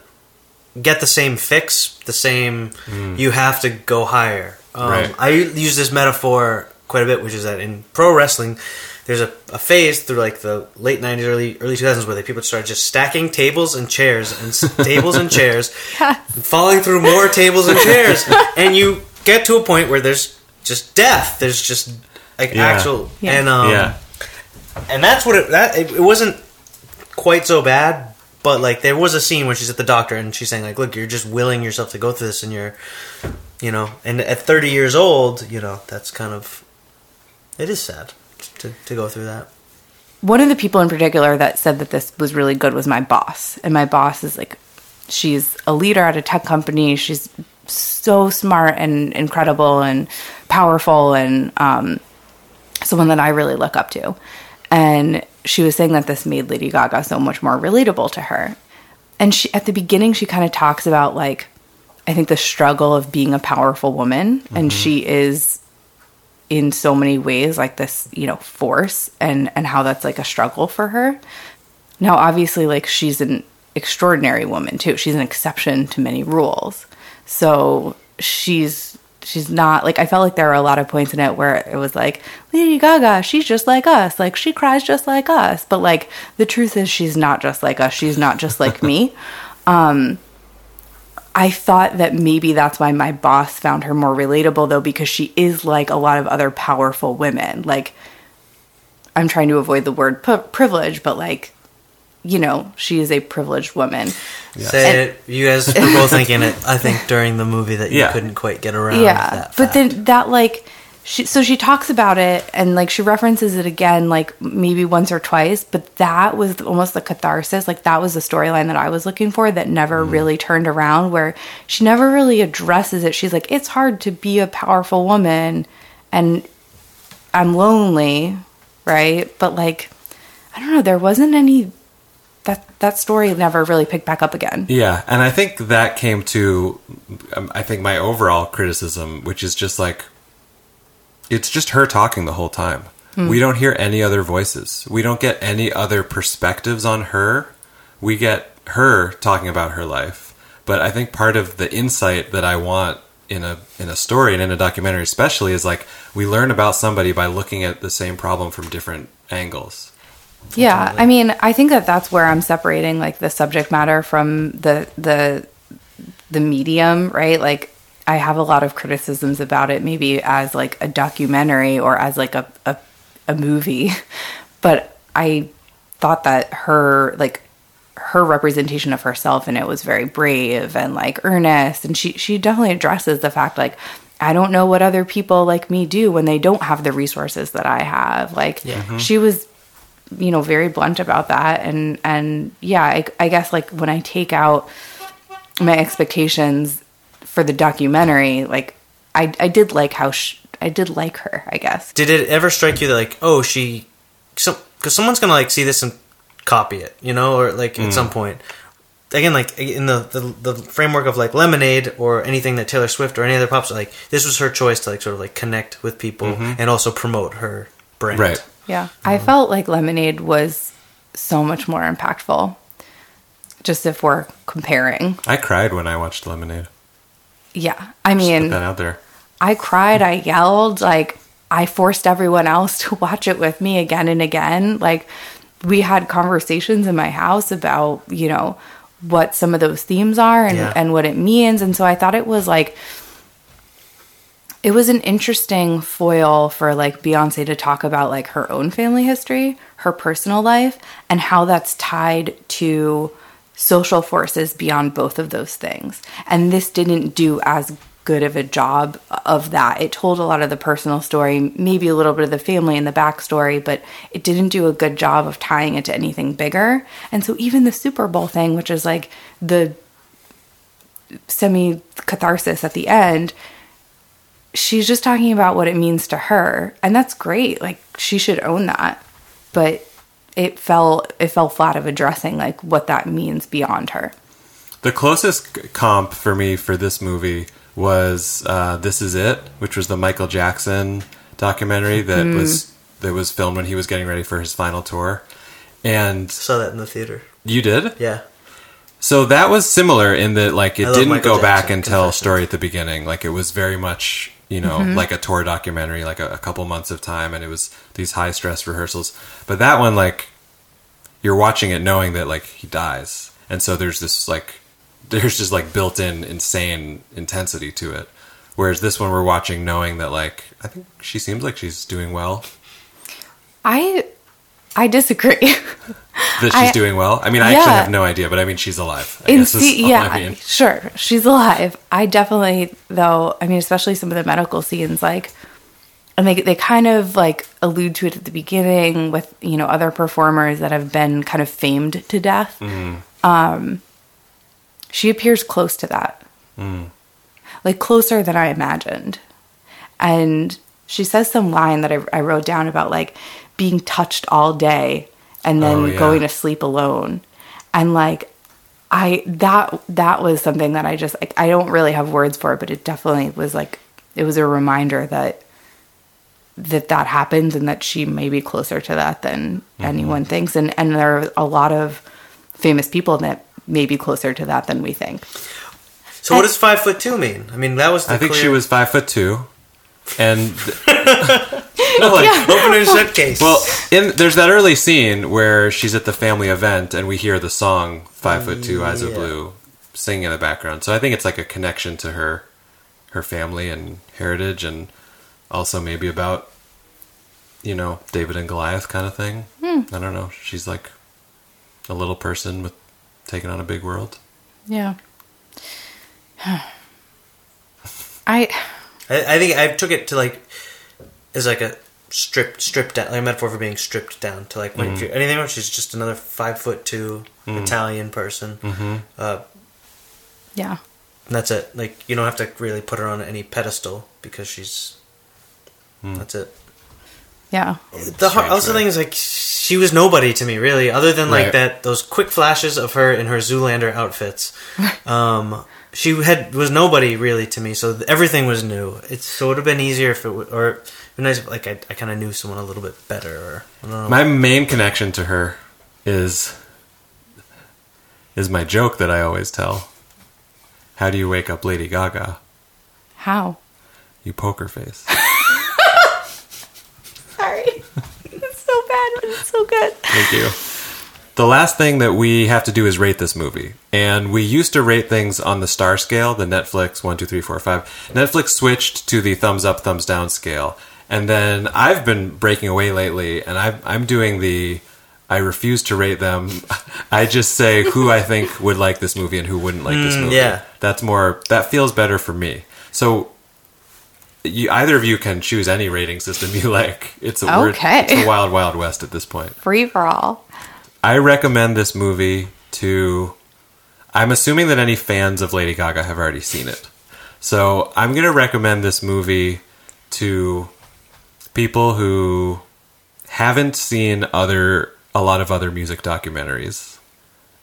Speaker 1: get the same fix, the same you have to go higher. Um,
Speaker 2: Right.
Speaker 1: I use this metaphor quite a bit, which is that in pro wrestling, there's a, a phase through like the late '90s, early early 2000s, where they people started just stacking tables and chairs and s- tables and chairs, and falling through more tables and chairs, and you get to a point where there's just death. There's just like
Speaker 2: Yeah.
Speaker 1: actual
Speaker 3: Yeah.
Speaker 1: and um,
Speaker 2: yeah.
Speaker 1: and that's what it that it, it wasn't quite so bad but like there was a scene where she's at the doctor and she's saying like look you're just willing yourself to go through this and you're you know and at 30 years old you know that's kind of it is sad to, to go through that
Speaker 3: one of the people in particular that said that this was really good was my boss. And my boss is like, she's a leader at a tech company. She's so smart and incredible and powerful and um, someone that I really look up to. And she was saying that this made Lady Gaga so much more relatable to her. And she, at the beginning, she kind of talks about like, I think the struggle of being a powerful woman. And she is in so many ways like this you know force and and how that's like a struggle for her now obviously like she's an extraordinary woman too she's an exception to many rules so she's she's not like i felt like there were a lot of points in it where it was like lady gaga she's just like us like she cries just like us but like the truth is she's not just like us she's not just like me I thought that maybe that's why my boss found her more relatable though, because she is like a lot of other powerful women. Like, I'm trying to avoid the word pu- privilege, but like, you know, she is a privileged woman.
Speaker 1: say it you guys were both thinking it i think during the movie that you
Speaker 2: Yeah.
Speaker 1: couldn't quite get around
Speaker 3: yeah.
Speaker 1: that
Speaker 3: But
Speaker 1: fact.
Speaker 3: then that, like, she, so she talks about it and like she references it again like maybe once or twice but that was almost the catharsis like that was the storyline that i was looking for that
Speaker 1: Mm-hmm.
Speaker 3: never really turned around where she never really addresses it she's like it's hard to be a powerful woman and i'm lonely right but like i don't know there wasn't any that that story never really picked back up again
Speaker 2: Yeah, and I think that came to, um, I think my overall criticism, which is just like, it's just her talking the whole time. We don't hear any other voices. We don't get any other perspectives on her. We get her talking about her life. But I think part of the insight that I want in a in a story and in a documentary especially is like we learn about somebody by looking at the same problem from different angles.
Speaker 3: Yeah, I mean, I think that that's where I'm separating like the subject matter from the the the medium, right? Like I have a lot of criticisms about it maybe as like a documentary or as like a a, a movie. But I thought that her like her representation of herself and it was very brave and like earnest and she she definitely addresses the fact like I don't know what other people like me do when they don't have the resources that I have. Like she was you know very blunt about that and and yeah I, I guess like when i take out my expectations for the documentary like i i did like how sh i did like her i guess
Speaker 1: Did it ever strike you that like, oh, she, because someone's gonna like see this and copy it, you know, or like at
Speaker 2: Mm.
Speaker 1: some point. Again, like in the, the the framework of like Lemonade or anything that Taylor Swift or any other pops, like this was her choice to like sort of like connect with people and also promote her brand.
Speaker 2: Mm-hmm. Right.
Speaker 3: yeah i felt like lemonade was so much more impactful just if we're comparing
Speaker 2: I cried when I watched Lemonade.
Speaker 3: yeah i
Speaker 2: Put
Speaker 3: mean
Speaker 2: that out there.
Speaker 3: I cried, I yelled, like I forced everyone else to watch it with me again and again. Like we had conversations in my house about, you know, what some of those themes are and,
Speaker 1: Yeah.
Speaker 3: and what it means. And so I thought it was like it was an interesting foil for like Beyonce to talk about like her own family history, her personal life, and how that's tied to social forces beyond both of those things. And this didn't do as good of a job of that. It told a lot of the personal story, maybe a little bit of the family and the backstory, but it didn't do a good job of tying it to anything bigger. And so even the Super Bowl thing, which is like the semi catharsis at the end, she's just talking about what it means to her and that's great like she should own that but it fell it fell flat of addressing like what that means beyond her
Speaker 2: The closest c- comp for me for this movie was uh, "This Is It," which was the Michael Jackson documentary that was that was filmed when he was getting ready for his final tour. And
Speaker 1: Saw that in the theater.
Speaker 2: you did,
Speaker 1: Yeah.
Speaker 2: so that was similar in that like it
Speaker 1: I love
Speaker 2: didn't
Speaker 1: Michael
Speaker 2: go back
Speaker 1: Jackson
Speaker 2: and tell a
Speaker 1: confessions.
Speaker 2: story at the beginning. Like it was very much you know
Speaker 3: Mm-hmm.
Speaker 2: like a tour documentary, like a, a couple months of time, and it was these high stress rehearsals. But that one like you're watching it knowing that like he dies, and so there's this like there's just like built in insane intensity to it. Whereas this one we're watching knowing that like I think she seems like she's doing well.
Speaker 3: i i disagree
Speaker 2: That she's
Speaker 3: I-
Speaker 2: doing well. I mean, I actually
Speaker 3: Yeah.
Speaker 2: have no idea, but I mean, she's alive. I
Speaker 3: in
Speaker 2: guess is
Speaker 3: se-
Speaker 2: all
Speaker 3: yeah,
Speaker 2: I mean.
Speaker 3: sure, she's alive. I definitely though. I mean, especially some of the medical scenes, like, and they they kind of like allude to it at the beginning with you know other performers that have been kind of famed to death. Um,
Speaker 2: Mm-hmm.
Speaker 3: she appears close to that, like closer than I imagined, and she says some line that I, I wrote down about like being touched all day and then
Speaker 2: Oh, yeah.
Speaker 3: going to sleep alone, and like I that that was something that I just like I don't really have words for, but it definitely was like it was a reminder that that that happens and that she may be closer to that than
Speaker 2: Mm-hmm.
Speaker 3: anyone thinks, and and there are a lot of famous people that may be closer to that than we think.
Speaker 1: So what does five foot two mean? I mean, that was. The
Speaker 2: I think
Speaker 1: clear-
Speaker 2: she was five foot two, and No, like,
Speaker 1: opening a suitcase.
Speaker 2: well, in there's that early scene where she's at the family event and we hear the song Five Foot Two Eyes of
Speaker 1: Yeah.
Speaker 2: Blue" singing in the background. So I think it's like a connection to her, her family and heritage, and also maybe about you know David and Goliath kind of thing.
Speaker 1: Hmm.
Speaker 2: I don't know. She's like a little person with taking on a big world.
Speaker 3: Yeah. I
Speaker 1: I, I think I took it to like is like a stripped stripped down like a metaphor for being stripped down to like what if you're anything else she's just another five foot two Italian person. Uh,
Speaker 3: Yeah.
Speaker 1: and that's it. Like you don't have to really put her on any pedestal because she's that's it.
Speaker 3: Yeah.
Speaker 1: The har
Speaker 2: Right,
Speaker 1: also
Speaker 2: right.
Speaker 1: thing is like she was nobody to me really, other than like
Speaker 2: Right.
Speaker 1: that those quick flashes of her in her Zoolander outfits. um, she had was nobody really to me, so th- everything was new. It's it would have been easier if it w- or it'd be nice if like I, I kind of knew someone a little bit better. Or, I don't know.
Speaker 2: My main connection to her is is my joke that I always tell. How do you wake up Lady Gaga?
Speaker 3: How?
Speaker 2: You poker face.
Speaker 3: Sorry. it's so bad, but it's so good.
Speaker 2: Thank you. The last thing that we have to do is rate this movie. And we used to rate things on the star scale, the Netflix 1, 2, 3, 4, 5. Netflix switched to the thumbs up, thumbs down scale. And then I've been breaking away lately, and I've, I'm doing the I refuse to rate them. I just say who I think would like this movie and who wouldn't like this movie.
Speaker 1: yeah.
Speaker 2: That's more, that feels better for me. So you, either of you can choose any rating system you like. It's a, weird-
Speaker 3: Okay.
Speaker 2: it's a wild, wild west at this point.
Speaker 3: Free for all.
Speaker 2: I recommend this movie to. I'm assuming that any fans of Lady Gaga have already seen it. So I'm going to recommend this movie to people who haven't seen other a lot of other music documentaries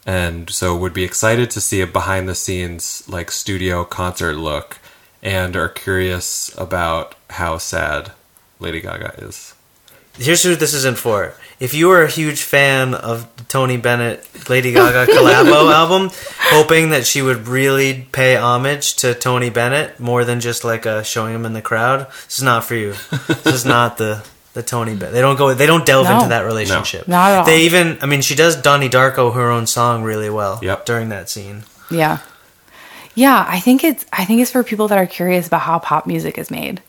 Speaker 2: and so would be excited to see a behind the scenes like studio concert look and are curious about how sad Lady Gaga is.
Speaker 1: Here's who this isn't for. If you are a huge fan of the Tony Bennett Lady Gaga collabo album, hoping that she would really pay homage to Tony Bennett more than just like uh, showing him in the crowd, this is not for you. This is not the the Tony Bennett. They don't go. They don't delve
Speaker 3: No.
Speaker 1: into that relationship.
Speaker 3: Not at all.
Speaker 1: They even. I mean, she does Donnie Darko her own song really well.
Speaker 2: Yep.
Speaker 1: During that scene.
Speaker 3: Yeah. Yeah, I think it's I think it's for people that are curious about how pop music is made.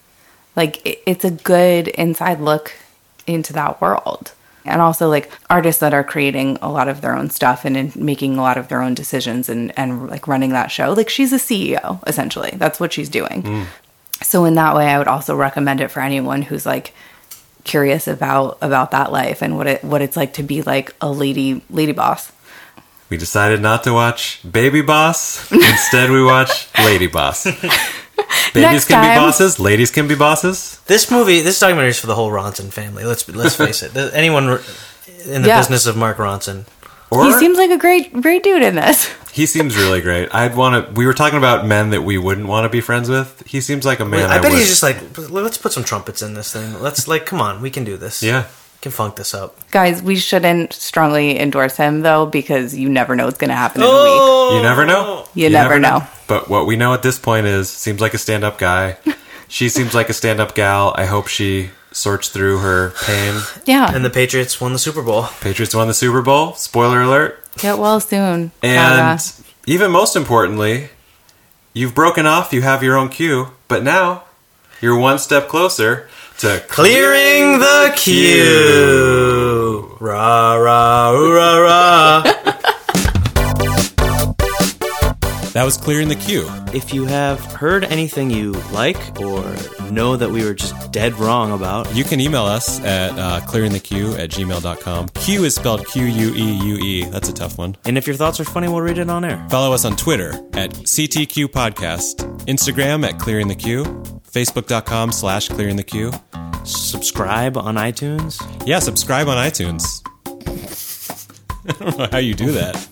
Speaker 3: Like it, it's a good inside look into that world. And also like artists that are creating a lot of their own stuff and in making a lot of their own decisions and and like running that show. Like she's a CEO essentially. That's what she's doing. So in that way I would also recommend it for anyone who's like curious about about that life and what it what it's like to be like a lady lady boss.
Speaker 2: We decided not to watch Baby Boss. Instead, we watch Lady Boss. Babies
Speaker 3: Next
Speaker 2: can be
Speaker 3: time.
Speaker 2: bosses. Ladies can be bosses.
Speaker 1: This movie. This documentary is for the whole Ronson family. Let's let's face it. Anyone in the
Speaker 3: Yeah.
Speaker 1: business of Mark Ronson.
Speaker 2: Or
Speaker 3: he seems like a great great dude in this.
Speaker 2: he seems really great. I'd want to. We were talking about men that we wouldn't want to be friends with. He seems like a man.
Speaker 1: I,
Speaker 2: I,
Speaker 1: bet
Speaker 2: would.
Speaker 1: he's just like, "L- let's put some trumpets in this thing. Let's like, come on, we can do this.
Speaker 2: yeah.
Speaker 1: we can funk this up.
Speaker 3: Guys, we shouldn't strongly endorse him though, because you never know what's going to happen in
Speaker 1: Oh!
Speaker 3: a week.
Speaker 2: You never know.
Speaker 3: You never know.
Speaker 2: But what we know at this point is, seems like a stand-up guy. she seems like a stand-up gal. I hope she sorts through her pain.
Speaker 3: Yeah,
Speaker 1: And the Patriots won the Super Bowl.
Speaker 2: Patriots won the Super Bowl. Spoiler alert.
Speaker 3: get well soon.
Speaker 2: And
Speaker 3: Gaga.
Speaker 2: even most importantly, you've broken off, you have your own queue, but now you're one step closer to
Speaker 1: Clearing the queue. Rah rah ooh, rah rah.
Speaker 2: That was clearing the queue.
Speaker 8: If you have heard anything you like or know that we were just dead wrong about,
Speaker 2: You can email us at uh, clearingthequeue at gmail.com. Q is spelled Q U E U E. That's a tough one.
Speaker 8: and if your thoughts are funny, we'll read it on air.
Speaker 2: Follow us on Twitter at CTQ Podcast, Instagram at Clearing the Queue, Facebook.com slash Clearing the Queue.
Speaker 8: Subscribe on iTunes.
Speaker 2: Yeah, subscribe on iTunes. I don't know how you do that.